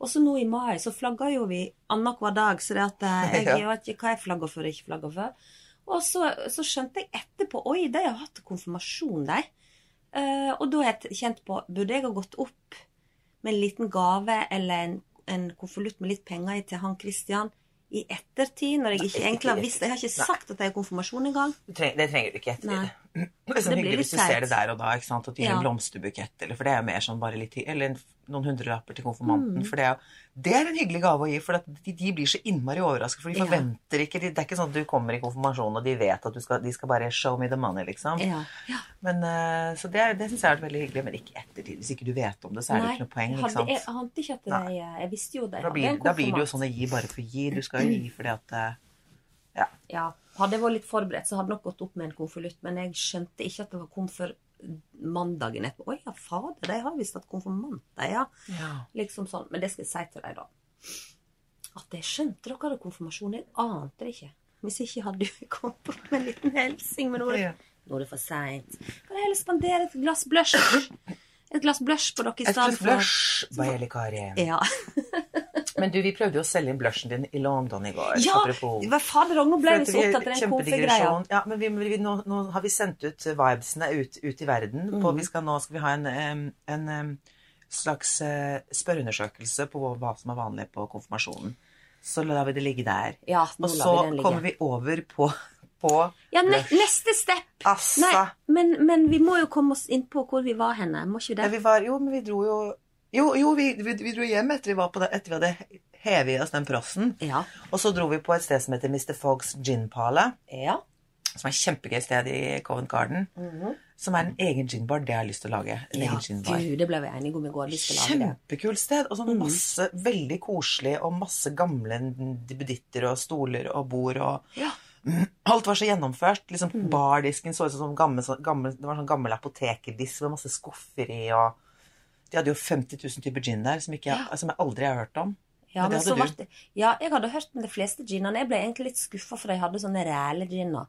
Og så nå i mai så flagger jo vi annenhver dag, så det at eh, jeg,
Ja.
vet ikke hva jeg flagger for og ikke flagger for. Og så, så skjønte jeg etterpå Oi, de har hatt konfirmasjon, de. Eh, og da har jeg kjent på Burde jeg ha gått opp med en liten gave eller en, en konvolutt med litt penger i til han Christian i ettertid, når jeg ikke egentlig har visst Jeg har ikke
Nei.
sagt at jeg har konfirmasjon engang.
Du treng, det trenger du ikke etter
Nei.
det. Det er sånn
Det blir
hyggelig
litt
hvis du ser
teit.
det der og da, ikke sant? at du gir
Ja.
en blomsterbukett, eller, for det er jo mer sånn bare litt ti- Eller en, noen hundrelapper til
Mm.
konfirmanten. For det er, jo- det er en hyggelig gave å gi, for at de, de blir så innmari overrasket. For de
Ja.
forventer ikke de, Det er ikke sånn at du kommer i konfirmasjon, og de vet at du skal, de skal bare show me the money, liksom.
Ja. ja.
Men, eh, så det, er- det syns jeg er veldig hyggelig, men ikke ettertid. Hvis ikke du vet om det, så er det
Nei,
ikke noe poeng.
jeg
Ikke
hadde, jeg
sant?
ante ikke at de
Nei.
Jeg visste jo at de
Da blir,
en
da blir det jo
konfirmant.
sånn å gi bare for å gi. Du skal jo gi fordi at eh,
Ja, hadde jeg vært litt forberedt, så hadde jeg nok gått opp med en konvolutt, men jeg skjønte ikke at det var- kom før mandagen etterpå. Å ja, fader, de har visst hatt konfirmant, de, ja. Liksom sånn. Men det skal jeg si til deg, da. At jeg skjønte dere hadde konfirmasjon. Jeg ante det ikke. Hvis ikke hadde jeg kommet bort med en liten hilsing, men nå er det, nå er det for seint. Kan jeg heller spandere et glass blush? Et glass blush på dere i
Et glass
stedet for
blush, Bailey Karim.
Ja.
Men du, vi prøvde jo å selge inn blushen din i London i går.
ja
apropos.
hva fader, og nå ble vi
For
så
at
opptatt av den konfigreia.
kjempedigresjon. Ja, men vi, vi, nå, nå har vi sendt ut vibesene ut, ut i verden.
Mhm.
På, vi skal, nå skal vi ha en, em, en em, slags eh, spørreundersøkelse på hva som er vanlig på konfirmasjonen. Så lar vi det ligge der.
Ja, nå
Og
lar
så
vi den ligge.
kommer vi over på, på
Ja, ne
blush.
neste step.
Altså.
Nei, men, men vi må jo komme oss inn på hvor vi var henne, må ikke vi
Ja,
det?
vi var, jo, men vi dro jo Jo, jo vi, vi, vi dro hjem etter vi, var på det, etter vi hadde hevet i oss den prossen.
Ja.
Og så dro vi på et sted som heter Mr. Fogs Gin Pala,
Ja.
som er et kjempegøy sted i Covent Garden. Som er en egen ginbar. Det har jeg lyst til å lage. En
Mhm. ja
egen ginbar.
Gud, det ble vi enige om i går. Vi skal lage det. Mhm.
Kjempekult sted. Og sånn masse veldig koselig, og masse gamle duppeditter og stoler og bord og
Ja. Mhm.
Alt var så gjennomført. liksom Bardisken så ut som sånn gammel, sånn gammel, det var sånn gammel apotekerdisk med masse skuffer i. og De hadde jo 50 000 typer gin der som, ikke, som jeg aldri har hørt om.
Ja,
Men
men
det
så
hadde
vart det- ja, jeg hadde hørt om de fleste ginene. Jeg ble egentlig litt skuffa, for de hadde sånne ræle giner.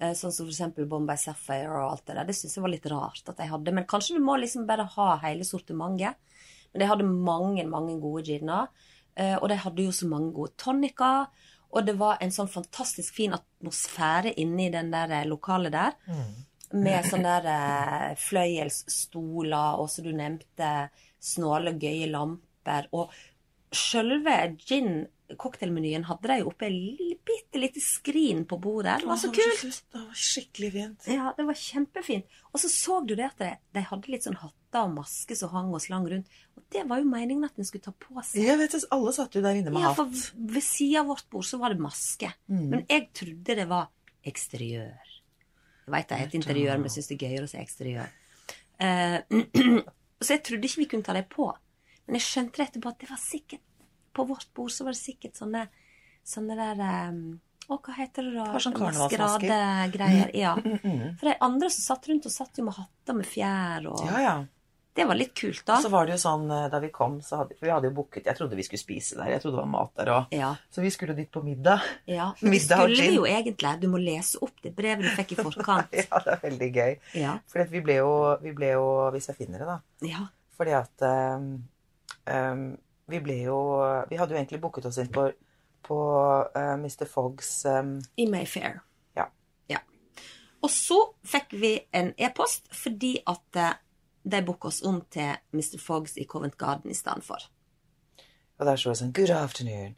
Eh, Sånn som for eksempel Bombay Sapphire og alt det der. Det syns jeg var litt rart at de hadde. Men kanskje du må liksom bare ha hele sortimentet. Men de hadde mange, mange gode giner. eh, Og de hadde jo så mange gode tonicer. Og det var en sånn fantastisk fin atmosfære inne i den der eh, lokalet der.
Mm.
Med sånne der eh, fløyelsstoler, og som du nevnte, snåle, gøye lamper. Og Sjølve gin-cocktailmenyen hadde de jo oppe et bitte lite skrin på bordet. Det var så kult!
Det var skikkelig fint.
Ja, det var kjempefint. Og så så du det at de, de hadde litt sånn hatter og masker som hang og slang rundt. Og det var jo meningen at en skulle ta på seg.
Jeg vet, det, Alle satt jo der inne med
Ja, for
hatt. Mm.
ved sida av vårt bord så var det maske. Men jeg trodde det var eksteriør. Jeg veit det heter interiør, men jeg syns det er gøyere å si eksteriør. Eh, så jeg trodde ikke vi kunne ta dem på. Men jeg skjønte det etterpå at det var sikkert På vårt bord så var det sikkert sånne, sånne der eh, Å, hva heter det da?
var sånn Mm. karnevalsmasker.
Maskeradegreier. Ja. For de andre som satt rundt, og satt jo med hatter med fjær og
Ja, ja.
Det var litt kult,
Og så
da.
var det jo sånn, eh, da vi kom, så hadde, for vi hadde jo booket, jeg trodde vi skulle spise der, jeg trodde det var mat der også.
Ja.
Så vi skulle dit på middag.
Ja, men det
Middag og
skulle vi
gin.
jo egentlig. Du må lese opp det brevet du fikk i forkant.
Ja, det er veldig gøy.
Ja.
For at vi ble jo, vi ble jo, hvis jeg finner det da,
Ja.
fordi at eh, eh, vi ble jo, vi hadde jo egentlig booket oss inn på, på eh, Mr. Foggs, eh,
I Mayfair.
Ja.
Ja. Og så fikk vi en e-post fordi at eh, de booka oss om til Mr. Foggs i Covent Garden i stedet for.
og der står det sånn, Good afternoon.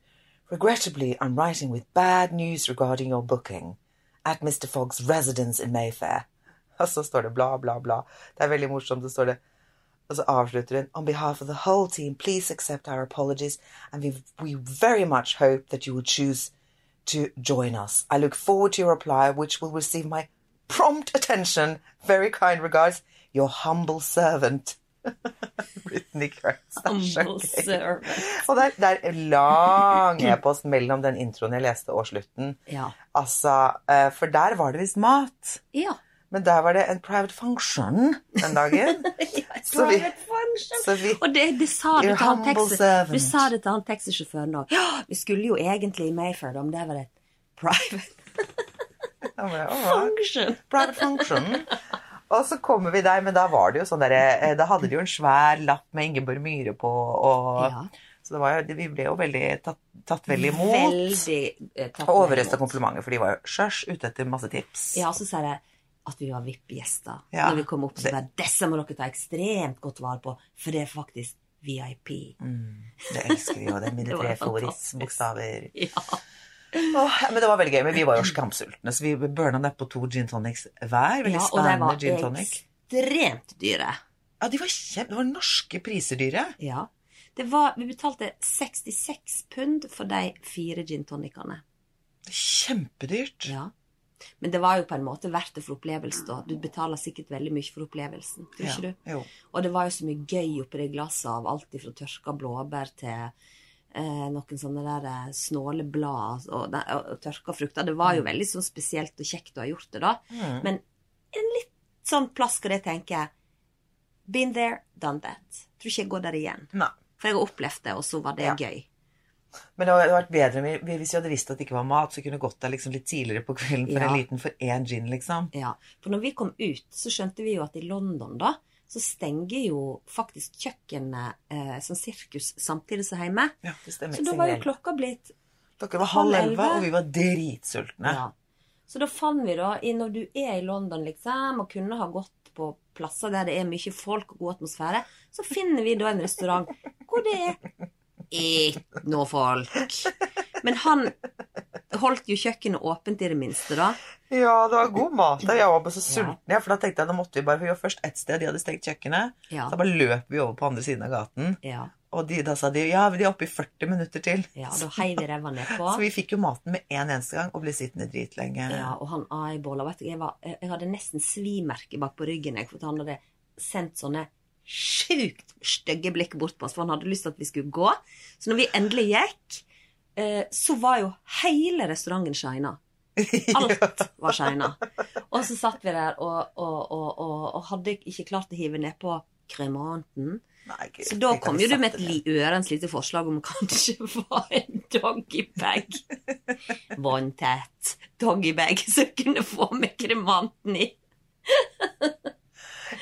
Regrettably, I'm writing with bad news regarding your booking at Mr. Foggs residence in Mayfair. Og så står det bla, bla, bla. Det er veldig morsomt, det står det. Og så avslutter hun On behalf of the whole team, please accept our apologies and we, we very much hope that you will choose to join us. I look forward to your reply, which will receive my prompt attention. Very kind regards, your humble servant. Britney Cranes. Det er så
Humble
gøy.
servant.
Og det er, det er lang e-post mellom den introen jeg leste og slutten.
Ja.
Altså, eh, for der var det visst mat.
Ja.
Men der var det en private function den dagen. Så vi-
private function.
så vi-
og det, det sa du
Your
til han
humble
taxi,
servant.
du sa det til han taxisjåføren òg. Ja, vi skulle jo egentlig i Mayfair, da, men det var et private
Da var jeg, «Åh,
function.
Private function. Og så kommer vi der, men da var det jo sånn derre eh, Da hadde de jo en svær lapp med Ingeborg Myhre på, og
Ja.
Så det var jo, vi ble jo veldig tatt, tatt veldig imot.
Veldig eh, tatt
og
med
overøsta
imot.
komplimenter, for de var jo sjørs ute etter masse tips.
Ja, så sier jeg at vi var VIP-gjester.
Ja.
Når vi kom opp, så
Det-
bare Disse må dere ta ekstremt godt vare på, for det er faktisk VIP.
Mm. Det elsker vi jo, det er mine
Det var
tre
fantastisk.
favorittbokstaver.
Ja.
Åh, men det var veldig gøy, men vi var jo skamsultne, så vi burna nedpå to gin tonics hver. Veldig
ja, og de
spennende
var
gin tonic.
ekstremt dyre.
Ja, de var kjempe... Det var norske priser dyre.
Ja. Det var, vi betalte 66 pund for de fire gin tonicene.
Kjempedyrt.
Ja. Men det var jo på en måte verdt det for opplevelsen. da. Du betaler sikkert veldig mye for opplevelsen. Tror
Ja,
ikke du?
jo.
Og det var jo så mye gøy oppi det glasset av alt fra tørka blåbær til eh, noen sånne der eh, snåle blad og, og, og tørka frukter. Det var jo
Mm.
veldig sånn spesielt og kjekt å ha gjort det, da. Men en litt sånn plass skal jeg tenke Been there, done that. Tror ikke jeg går der igjen.
Nei.
For jeg har opplevd det, og så var det
Ja.
gøy.
Men det hadde vært bedre om vi- hvis vi hadde visst at det ikke var mat, så kunne vi gått der liksom litt tidligere på kvelden for
Ja.
en liten for én gin, liksom.
Ja, for når vi kom ut, så skjønte vi jo at i London da, så stenger jo faktisk kjøkkenet eh, som sirkus samtidig som hjemme.
Ja, det stemmer.
Så da var jo
Signal.
klokka blitt
Dere var halv
halv
elleve,
elleve.
og vi var dritsultne.
ja. Så da fant vi da, i- når du er i London liksom, og kunne ha gått på plasser der det er mye folk og god atmosfære, så finner vi da en restaurant hvor det er ikke noe folk. Men han holdt jo kjøkkenet åpent i det minste da.
Ja, det var god mat der. Jeg var bare så sulten. Ja, for da tenkte jeg, da måtte vi bare, for vi var først ett sted, de hadde stengt kjøkkenet.
Ja.
Så da bare løp vi over på andre siden av gaten.
Ja,
Og de, da sa de, ja, de er oppe i 40 minutter til.
ja da
så,
heiv vi ræva ned på.
så vi fikk jo maten med en eneste gang, og ble sittende dritlenge.
Ja, og han eyeballa. Vet du, jeg, var, jeg jeg hadde nesten svimerke bak på ryggen, jeg, for han hadde sendt sånne sjukt stygge blikk bort på oss, for han hadde lyst til at vi skulle gå. Så når vi endelig gikk, eh, så var jo hele restauranten shina. Alt var shina. Og så satt vi der og, og, og, og, og hadde ikke klart å hive nedpå kremanten.
Nei, Gud,
Så da
tenk at
kom
vi
jo du med
satt
et
der.
li ørens lite forslag om kanskje var en doggybag. Vanntett doggybag som jeg kunne få med kremanten i.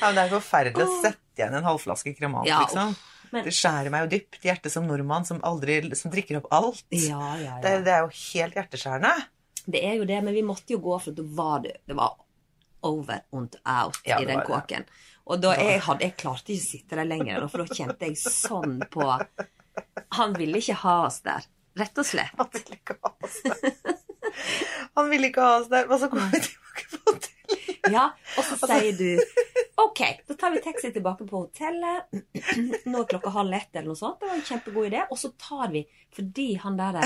Ja, men det er forferdelig å sette igjen en halvflaske kremant,
Ja,
liksom.
men-
Det skjærer meg jo dypt, i hjertet som nordmann som aldri, som drikker opp alt.
Ja, ja,
Det,
ja.
det er jo helt hjerteskjærende.
Det er jo det, men vi måtte jo gå, for da var det Det var over and out
Ja,
i
det
den
var det.
kåken. Og da jeg, hadde, jeg klarte ikke å sitte der lenger, da, for da kjente jeg sånn på Han ville ikke ha oss der, rett og slett.
Han ville ikke ha oss der. Han ville ikke ha oss der. Og så kom vi tilbake på hotellet.
Ja, og så sier du OK, da tar vi taxi tilbake på hotellet. Nå er klokka halv ett eller noe sånt. Det var en kjempegod idé. Og så tar vi, fordi han der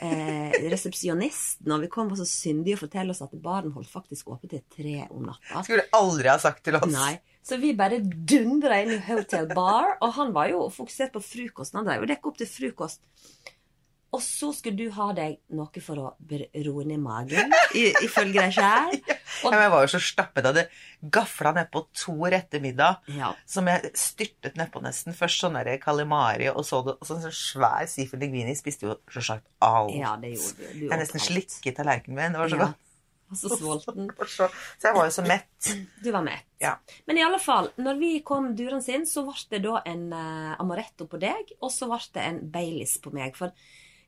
eh, resepsjonisten Når vi kom, var så syndig å fortelle oss at baren holdt faktisk åpen til tre om natta.
Skulle aldri ha sagt til oss.
Nei. Så vi bare dundra inn i Hotel Bar, og han var jo fokusert på frokosten. Han drev og dekka opp til frokost. Og så skulle du ha deg noe for å ber- roe ned magen, i- ifølge deg sjæl.
Ja, men jeg var jo så stappet. Jeg hadde gafla nedpå to rette middag.
Ja.
Som jeg styrtet nedpå nesten. Først sånn der kalimari, og så det, og så en sånn svær seafood linguini. Spiste jo selvsagt alt.
Ja, det gjorde du. Du
jeg
åt
nesten
alt.
slikket tallerkenen min. Det var så
Ja.
godt.
Og så sulten.
Og Så, så jeg var jo så mett.
Du var mett.
Ja.
Men i alle fall, når vi kom duren sin, så ble det da en eh, amaretto på deg, og så ble det en Baileys på meg. For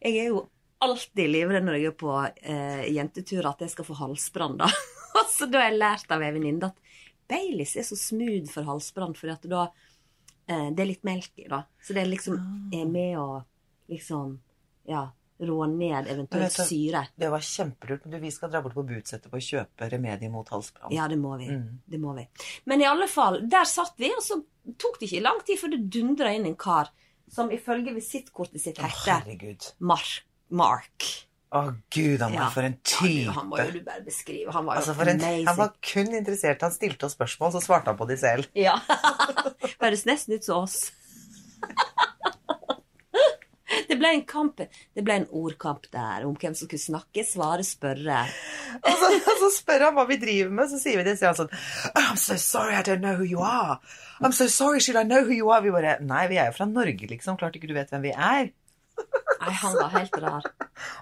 jeg er jo alltid livredd når jeg er på eh, jentetur at jeg skal få halsbrann, da. Og så da har jeg lært av ei venninne at Baileys er så smooth for halsbrann, fordi at da eh, Det er litt melk i, da. Så det er liksom er med å liksom Ja. rå ned eventuelt
Men vet du-
syre.
Det var kjempelurt. Men du, vi skal dra bort på Budsettet og kjøpe remedier mot halsbrann.
Ja, det må vi.
Mm.
Det må vi. Men i alle fall, der satt vi, og så tok det ikke lang tid før det dundra inn en kar som ifølge visittkortet sitt
Å,
heter
herregud.
Mark. Mark.
Å, gud, han var
Ja.
for en
Ja,
type.
du, han må jo du bare beskrive. Han var jo
Altså, for en,
amazing.
han var kun interessert. Han stilte oss spørsmål, så svarte han på de selv.
Ja. Høres nesten ut som oss. Det ble en kamp, det ble en ordkamp der om hvem som kunne snakke, svare, spørre.
Og så, og så spør han hva vi driver med, så sier vi det, sier han sånn I'm so sorry, I don't know who you are. I'm so sorry, should I know who you are? Vi bare Nei, vi er jo fra Norge, liksom. Klart ikke du vet hvem vi er.
Nei, han var helt rar.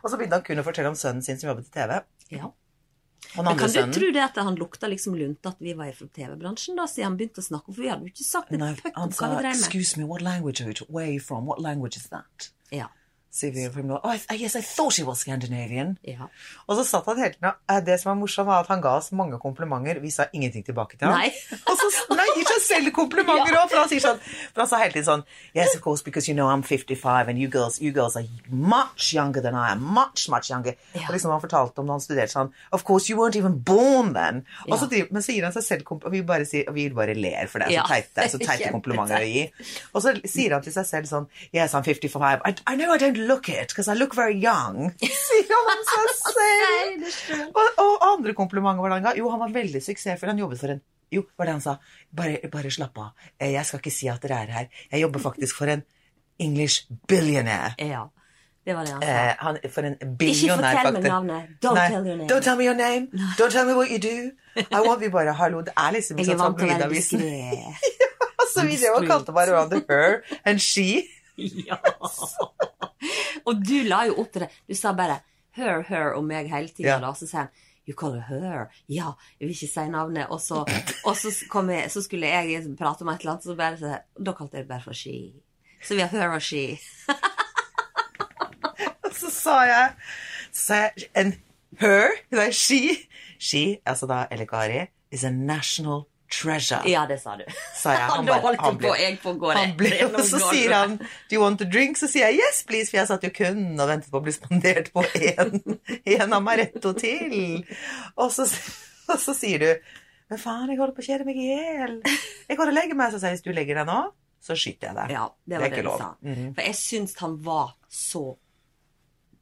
Og så begynte han kun å fortelle om sønnen sin som jobbet i TV.
Ja.
Og den
Men
andre
kan du
sønnen
tro det at han lukta liksom lunta at vi var fra TV-bransjen, da, siden han begynte å snakke? For vi hadde jo ikke sagt et
Nei,
puck om
han
hva
sa
vi drev med.
Excuse me, what language are you, where are you from? What language is that?
Ja.
Sier vi for noe. Oh, I- yes, I thought she was Scandinavian.
ja.
Og så satt han hele tiden og eh, Det som var morsomt, var at han ga oss mange komplimenter. Vi sa ingenting tilbake til ham.
Nei.
Og så nei, han gir seg selv komplimenter òg, for han sier sånn For han sa hele tiden sånn Yes, of course, because you know I'm 55, and you girls, you girls are much younger than I am. Much, much younger. Og liksom han fortalte om da han studerte sånn Of course, you weren't even born then. Og så driver, men så gir han seg selv komplimenter, og vi bare, sier, og vi bare ler, for det er
Ja.
så teite, det er så teite komplimenter å gi. Og så sier han til seg selv sånn Yes, I'm 55. I, I know I don't look it, because I look very young. Sier han om seg selv. og, og andre komplimenter var det han ga. Jo, han var veldig suksessfull. Han jobbet for en Jo, var det han sa. Bare, bare slapp av. Eh, Jeg skal ikke si at dere er her. Jeg jobber faktisk for en English billionaire.
ja. Det var det han sa.
Eh, han, for en billionær,
fortell meg
faktisk.
navnet. Don't tell your name.
Don't tell me your name. Don't tell me what you do. I want vi bare, hallo, det er liksom
Jeg er vant til å være
tabloidavisen.
diskré.
Så vi drev og kalte hverandre her and she.
Ja. Og du la jo opp til det. Du sa bare 'her, her' om meg hele tida,
Ja.
da. Så sier han 'you call her her'. Ja, jeg vil ikke si navnet. Og så, og så, kom jeg, så skulle jeg liksom prate om et eller annet, så bare så, da kalte jeg det bare for 'she'. Så vi har 'her' og 'she'.
Og så sa jeg, så sa jeg and her, nei, she, she, altså da Elle Kari, is a national treasure,
Ja, det sa du.
sa jeg.
Da holdt jeg liksom på, jeg på å gå
han
rett
ble,
gjennom
og så
gulvet.
sier han, do you want a drink? Så sier jeg, yes, please, for jeg satt jo kun og ventet på å bli spandert på en, en amaretto til. Og så, og så sier du, men faen, jeg holder på å kjede meg ihjel. Jeg går og legger meg, så sier jeg, hvis du legger deg nå, så skyter jeg deg.
Ja, det
er
var
ikke
det du
lov. Mhm.
sa. For jeg syns han var så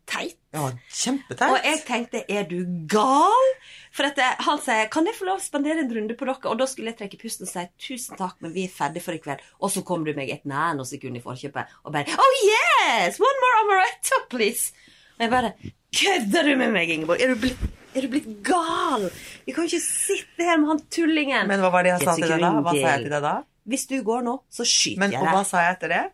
teit.
Det var kjempeteit.
Og jeg tenkte, er du gal? For at jeg- han sier, kan jeg få lov å spandere en runde på dere? Og da skulle jeg trekke pusten og si, tusen takk, men vi er ferdige for i kveld. Og så kom du meg et nanosekund i forkjøpet, og bare, oh yes, one more amaretto, please. Og jeg bare, kødder du med meg, Ingeborg? Er du blitt, er du blitt gal? Vi kan jo ikke sitte her med han tullingen.
Men hva var det jeg sa til deg da? Hva sa jeg til deg da?
Hvis du går nå, så skyter
Men,
jeg
og
deg.
hva sa jeg etter det?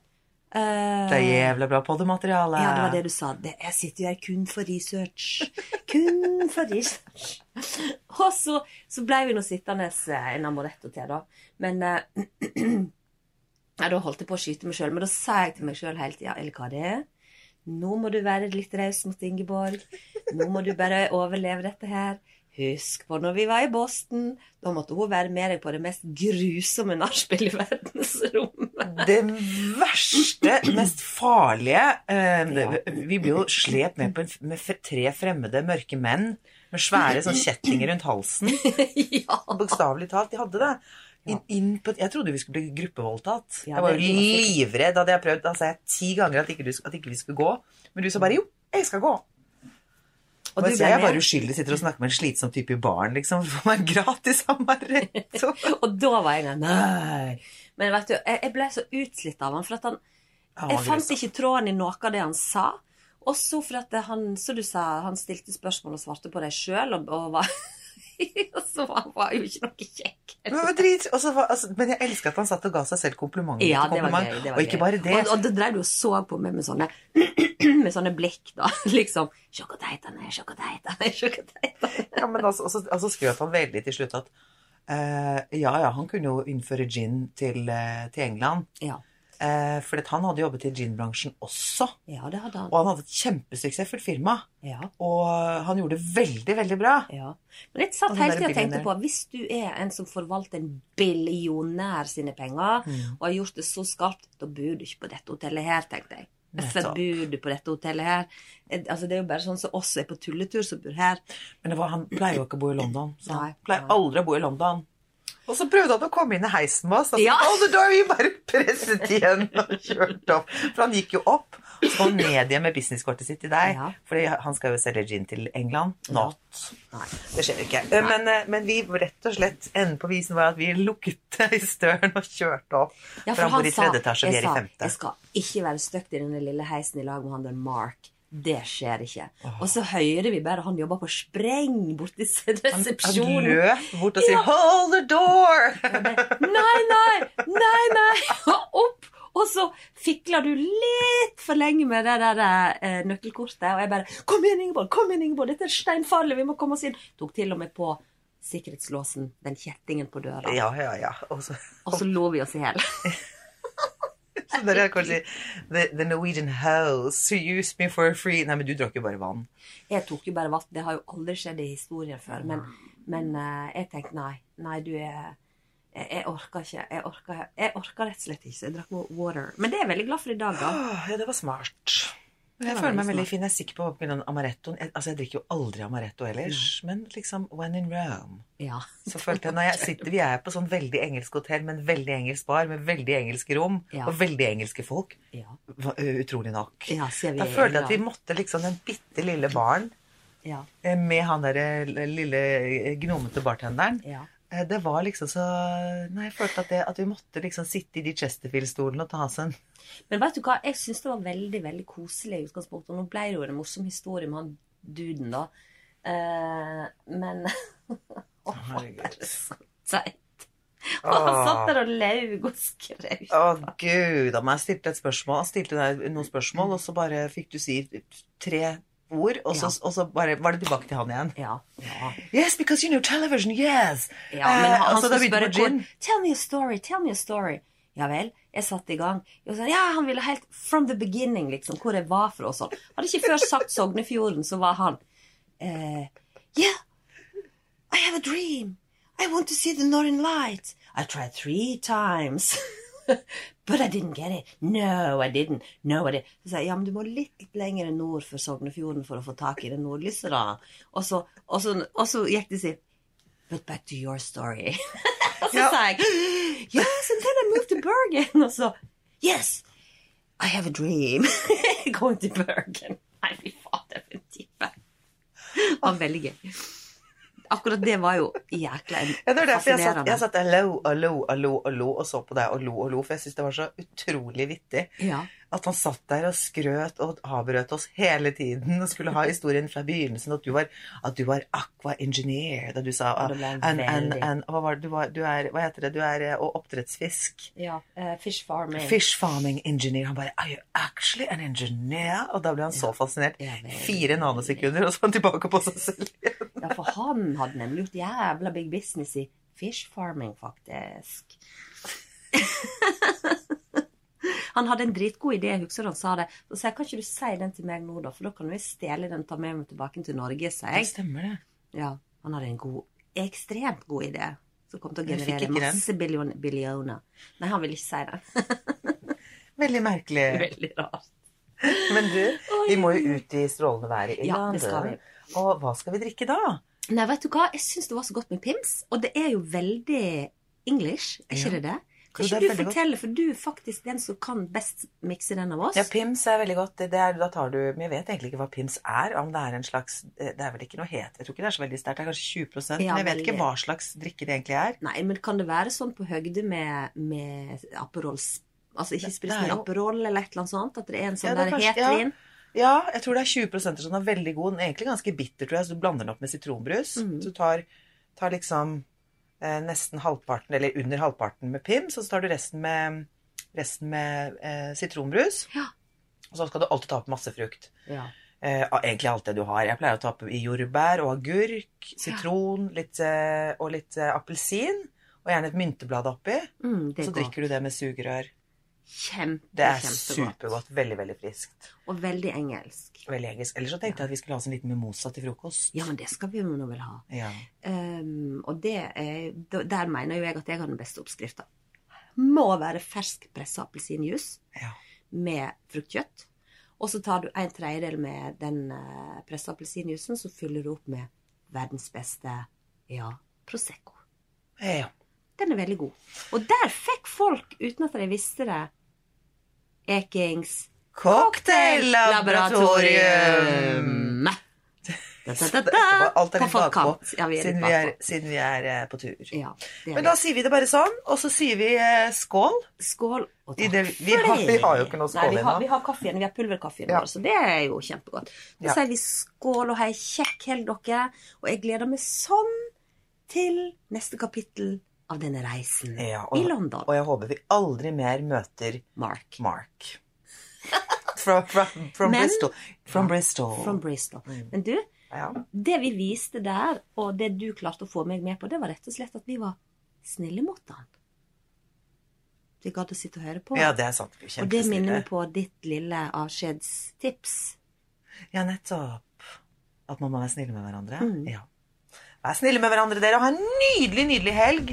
Eh,
Det er jævla bra poddemateriale.
Ja, det var det du sa. Det, jeg sitter jo her kun for research. Kun for research. Og så, så ble vi nå sittende eh, en amoretto til, da. Men eh, Nei, da holdt jeg på å skyte meg sjøl. Men da sa jeg til meg sjøl hele tida Eller hva det er? Nå må du være litt raus mot Ingeborg. Nå må du bare overleve dette her. Husk på når vi var i Boston. Da måtte hun være med deg på det mest grusomme nachspiel i verdensrommet.
Det verste, mest farlige eh, Vi ble jo slept med på en, med f- tre fremmede mørke menn med svære sånn kjettinger rundt halsen.
ja.
Bokstavelig talt, de hadde det. Inn, inn på, jeg trodde vi skulle bli gruppevoldtatt.
Ja,
jeg var
det
jo
er massivt.
livredd. Hadde jeg prøvd, da sa jeg ti ganger at ikke, du, sk- at ikke vi skulle gå. Men du sa bare jo, jeg skal gå. Og
du
jeg
ble
er
med?
bare uskyldig, sitter og snakker med en slitsom type i baren, liksom. Får meg gratis amaretto.
Og da var jeg der. Nei. Men vet du, jeg, jeg ble så utslitt av han, for at han Jeg fant
altså.
ikke tråden i noe av det han sa. Og så for at det- han, som du sa, han stilte spørsmål og svarte på deg sjøl, og, og var Og så var han var jo ikke noe kjekk.
Men, det var drit. Og så var, altså, men jeg elsker at han satt og ga seg selv komplimenter.
Ja,
til
det var
kompliment.
gøy. Det var
og ikke
gøy.
bare det.
Og, og da drev du og så på meg med sånne, med sånne blikk, da. Liksom Se hvor teit han er, se hvor teit han er, se hvor teit han er.
ja, men altså, og så- og så skrøt han veldig til slutt at eh, ja, ja, han kunne jo innføre gin til, eh, til England.
Ja.
Eh, for at han hadde jobbet i ginbransjen også.
ja, det hadde
Og
han.
han hadde et kjempesuksessfullt firma.
Ja.
Og han gjorde det veldig, veldig bra.
Ja. Men jeg satt
Og den
hele
der
tida og tenkte
billionaire.
på hvis du er en som forvalter en
Mm.
billionær sine penger, og har gjort det så skarpt, da bor du ikke på dette hotellet her, tenkte jeg. Hvorfor bor du på dette hotellet her? Eh, Altså, det er jo bare sånn som oss er på tulletur som bor her.
Men det var, han pleier jo ikke å bo i London. Så han
Nei,
pleier
nei.
aldri å bo i London. Og så prøvde han å komme inn i heisen med oss. Da, ja.
Ja.
Og da har vi bare presset igjen og kjørt opp. For han gikk jo opp, og så kom han ned igjen med businesskortet sitt til deg.
Ja.
For han skal jo selge gin til England. Not. Det skjer ikke. Eh, Men, eh, men vi rett og slett enden på visen var at vi lukket heisdøren og kjørte opp.
Ja,
for han bor i
sa-
tredje etasje, og vi
jeg
er i
sa,
femte.
Jeg skal ikke være støkt i denne lille heisen i lag med han der Mark. Det skjer ikke. Og så hører vi bare han jobber på spreng borti
Han
resepsjonen.
løp bort og sier
Ja.
'hold the door'!
Nei, nei, nei, nei! Opp! Og så fikla du litt for lenge med det der eh, nøkkelkortet, og jeg bare 'Kom igjen, Ingeborg! kom igjen, Ingeborg, Dette er steinfarlig! Vi må komme oss inn!' Tok til og med på sikkerhetslåsen, den kjettingen på døra,
Ja, ja, ja. Og så,
og så lo vi oss i hjel.
så dere kan si the, 'The Norwegian house who used me for free'. Nei, men du drakk jo bare vann.
Jeg tok jo bare vann. Det har jo aldri skjedd i historien før. Men, men eh, jeg tenkte nei. Nei, du er jeg, jeg orker ikke. Jeg orker, jeg orker rett og slett ikke, så jeg drakk water. Men det er jeg veldig glad for i dag, da.
Åh, ja, det var smart. Jeg
var
føler meg
veldig
veldig
smart.
fin. Jeg er sikker på pga. amarettoen. Jeg, altså, jeg drikker jo aldri amaretto ellers, men liksom when in Rome.
Ja.
Så følte jeg når jeg sitter, Vi er på sånn veldig engelsk hotell med en veldig engelsk bar med veldig engelske rom
Ja.
og veldig engelske folk.
Ja.
Va- Utrolig nok.
Ja, ser vi
da
i
følte jeg
England.
at vi måtte liksom den bitte lille baren
ja.
eh, med han derre lille eh, gnomete bartenderen.
Ja.
Eh, Det var liksom så Nei, jeg følte at, det, at vi måtte liksom sitte i de Chesterfield-stolene og ta oss en
Men vet du hva, jeg syns det var veldig veldig koselig i utgangspunktet. Og nå ble det jo en morsom historie med han duden, da. Eh, men Å,
Herregud.
så teit. Og han satt der og laug og skrøt.
Å, gud a meg. Jeg stilte et spørsmål. Han stilte deg noen spørsmål, og så bare fikk du si tre ord, og så, og så bare var det tilbake til han igjen.
Ja. ja.
Yes, because you know television, yes!
Ja, men han,
Eh, og
han
så da
skulle
begynte
spørre
vi på gin.
hvor, Tell me a story, tell me a story. Ja vel, jeg satte i gang. Jeg sa, ja, han ville helt from the beginning, liksom, hvor jeg var fra og sånn. Hadde ikke før sagt Sognefjorden, så var han eh, Yeah, I have a dream. I want to see the Northern Lights. I tried three times. But I didn't get it. No, I didn't. No, I didn't. Så sier jeg, ja, men du må litt lenger nord for Sognefjorden for å få tak i det nordlyset, da. Og så, og så, og så gikk de sitt. But back to your story. og så
Ja.
sa jeg, yes, and then I moved to Bergen. Og så, yes, I have a dream. Going to Bergen. Nei, fy fader, for en type. Det var veldig gøy. Akkurat det var jo jækla
Ja, det var derfor jeg satt,
fascinerende.
jeg satt der lo og lo og lo og lo og så på deg og lo og lo, for jeg syntes det var så utrolig vittig
Ja.
at han satt der og skrøt og avbrøt oss hele tiden og skulle ha historien fra begynnelsen, at du var, at du var aqua engineer, da du sa
Ja, det ble
"Ah, and- and-
veldig-
and- hva, var, det du, var, du er, hva heter det, du er eh, og oppdrettsfisk.
Ja, eh, fish farming.
Fish farming engineer. Han bare Are you actually an engineer? Og da ble han så fascinert.
Ja, veldig.
Fire nanosekunder, og så var han tilbake på seg selv igjen.
Ja, for han hadde nemlig gjort jævla big business i fish farming, faktisk. han hadde en dritgod idé, jeg husker han sa det. Så sa jeg, kan ikke du si den til meg nå, da? For da kan jo jeg stjele den og ta med meg tilbake til Norge, sa jeg.
Stemmer det.
Ja, han hadde en god, ekstremt god idé. Som kom til å
Men fikk
generere
ikke den?
masse billion, billioner. Nei, han ville ikke si det.
Veldig merkelig.
Veldig rart.
Men du, vi må jo ut i strålende været i
Ja, det skal vi.
Og hva skal vi drikke da?
Nei, vet du hva? Jeg syns det var så godt med pims, og det er jo veldig English, er
Ja.
ikke det det?
Jo,
Kan
det er
ikke du
veldig godt.
fortelle, for du er faktisk den som kan best mikse den av oss.
Ja, Pims er veldig godt. Det- Det er, da tar du, men jeg vet egentlig ikke hva Pims er. Om det er en slags eh, Det er vel ikke noe het. Jeg tror ikke det er så veldig sterkt. Det er kanskje 20
Ja,
Men jeg vet ikke
veldig.
hva slags drikke det egentlig er.
Nei, men kan det være sånn på høgde med, med Aperol s- Altså ikke
det
sprit,
er
men
jo-
Aperol eller et eller annet sånt? At det er en sånn
Ja, det er
der
kanskje-
het
ja.
vin?
Ja, jeg tror det er 20 som er sånn, veldig god. Den er egentlig ganske bitter, tror jeg, så du blander den opp med sitronbrus.
Mm.
Så du tar, tar liksom eh, nesten halvparten, eller under halvparten med pims, og så tar du resten med, resten med eh, sitronbrus.
Ja.
Og så skal du alltid ta opp masse frukt.
Ja.
Eh, av egentlig alt det du har. Jeg pleier å ta opp i jordbær og agurk, sitron litt, eh, og litt eh, appelsin. Og gjerne et mynteblad oppi.
Mm, det
Så
er godt.
drikker du det med sugerør.
Kjempe,
Det er
kjempegodt.
supergodt. Veldig, veldig friskt.
Og veldig engelsk.
Veldig engelsk. Ellers så tenkte jeg at vi skulle ha oss en liten mimosa til frokost.
Ja, men det skal vi jo nå vel ha.
Ja.
Ehm, og det er, d- der mener jo jeg at jeg har den beste oppskrifta. Må være fersk pressa appelsinjuice
ja.
med fruktkjøtt. Og så tar du en tredjedel med den eh, pressa appelsinjuicen, så fyller du opp med verdens beste ja, Prosecco.
Ja.
Den er veldig god. Og der fikk folk, uten at de visste det, Ekings
Cocktaillaboratorium!
Da, da, da, da.
Alt er
På
litt bakpå,
forkant. Ja, vi er
siden,
litt
vi er,
bakpå.
siden vi er eh, på tur.
Ja, det er
Men da
det.
sier vi det bare sånn, og så sier vi eh, skål.
Skål og
I
takk
det- vi
for
har-
det.
vi har jo ikke noe skål
Nei, vi
ennå.
har, vi har kaffen, vi har pulverkaffen
Ja.
vår, så det er jo kjempegodt. Da
Ja.
sier vi skål og hei, kjekk helg dere, og jeg gleder meg sånn til neste kapittel av denne reisen
Ja, og,
i London.
Og jeg håper vi aldri mer møter
Mark.
Mark. From, from, from
Men-
Bristol. From Bristol.
From Bristol.
Mm.
Men du,
Ja.
det vi viste der, og det du klarte å få meg med på, det var rett og slett at vi var snille mot han. Vi gadd å sitte og høre på.
ja, det er sant. Vi er
og det
Kjempesnille.
minner meg på ditt lille avskjedstips.
Ja, nettopp. At man må være snille med hverandre.
Mm.
Ja. Vær snille med hverandre, dere, og ha en nydelig, nydelig helg.